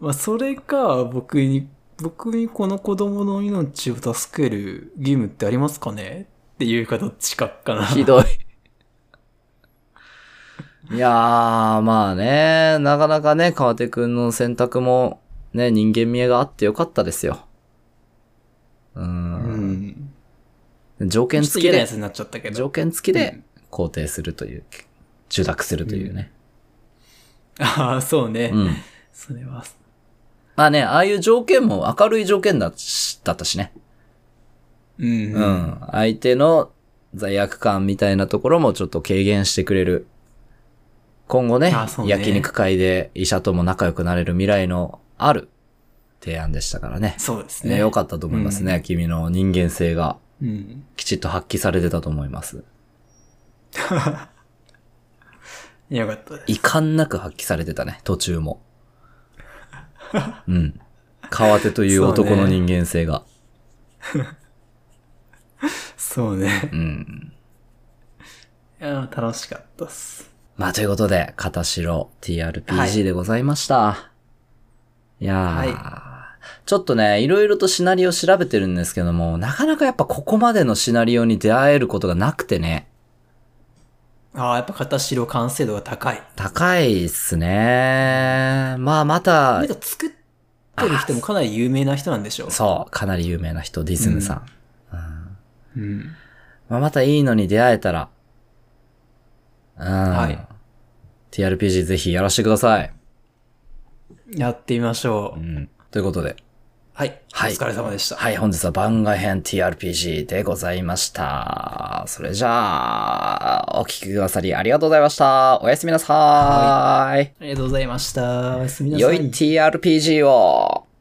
まあ、それか、僕に、僕にこの子供の命を助ける義務ってありますかねっていうかどっちかかな。
ひどい。いやー、まあね、なかなかね、川手くんの選択も、ね、人間味があってよかったですよ。うー。
うんん。
条件
ちょっと
付き
嫌なや
で
つ、になっちゃったけど。
条件付き
う
で
ん
肯定するという、受諾するというね。
ああ、そうね。
うん。
それは。
まあね、ああいう条件も明るい条件だしだったしね。
うん。
うん。相手の罪悪感みたいなところもちょっと軽減してくれる。今後ね、
あそうね
焼肉会で医者とも仲良くなれる未来のある提案でしたからね。
そうです
ね
ね。
良かったと思いますね、君の人間性が
うん。
きちっと発揮されてたと思います。
よかったです。
遺憾なく発揮されてたね、途中も。うん。川手という男の人間性が。
そうね。
うん。
いや楽しかったっす。
まあ、ということで、片白 TRPG でございました。い、やー、ちょっとね、いろいろとシナリオ調べてるんですけども、なかなかやっぱここまでのシナリオに出会えることがなくてね、
ああ、やっぱ片白完成度が高い。
高いっすね。まあ、また
なん、か作ってる人もかなり有名な人なんでしょ
そう、かなり有名な人、ディズムさん。うん
う。うん。
まあ、またいいのに出会えたら、うん。
い
TRPG ぜひやらせてください。
やってみましょ
う
う。
ん。ということで、
はい。
はい
お疲れ様でした。
はい、本日は番外編 TRPG でございました。それじゃあ、お聞きくださりありがとうございました。おやすみなさーい。
ありがとうございました。おやすみなさ
良い TRPG を。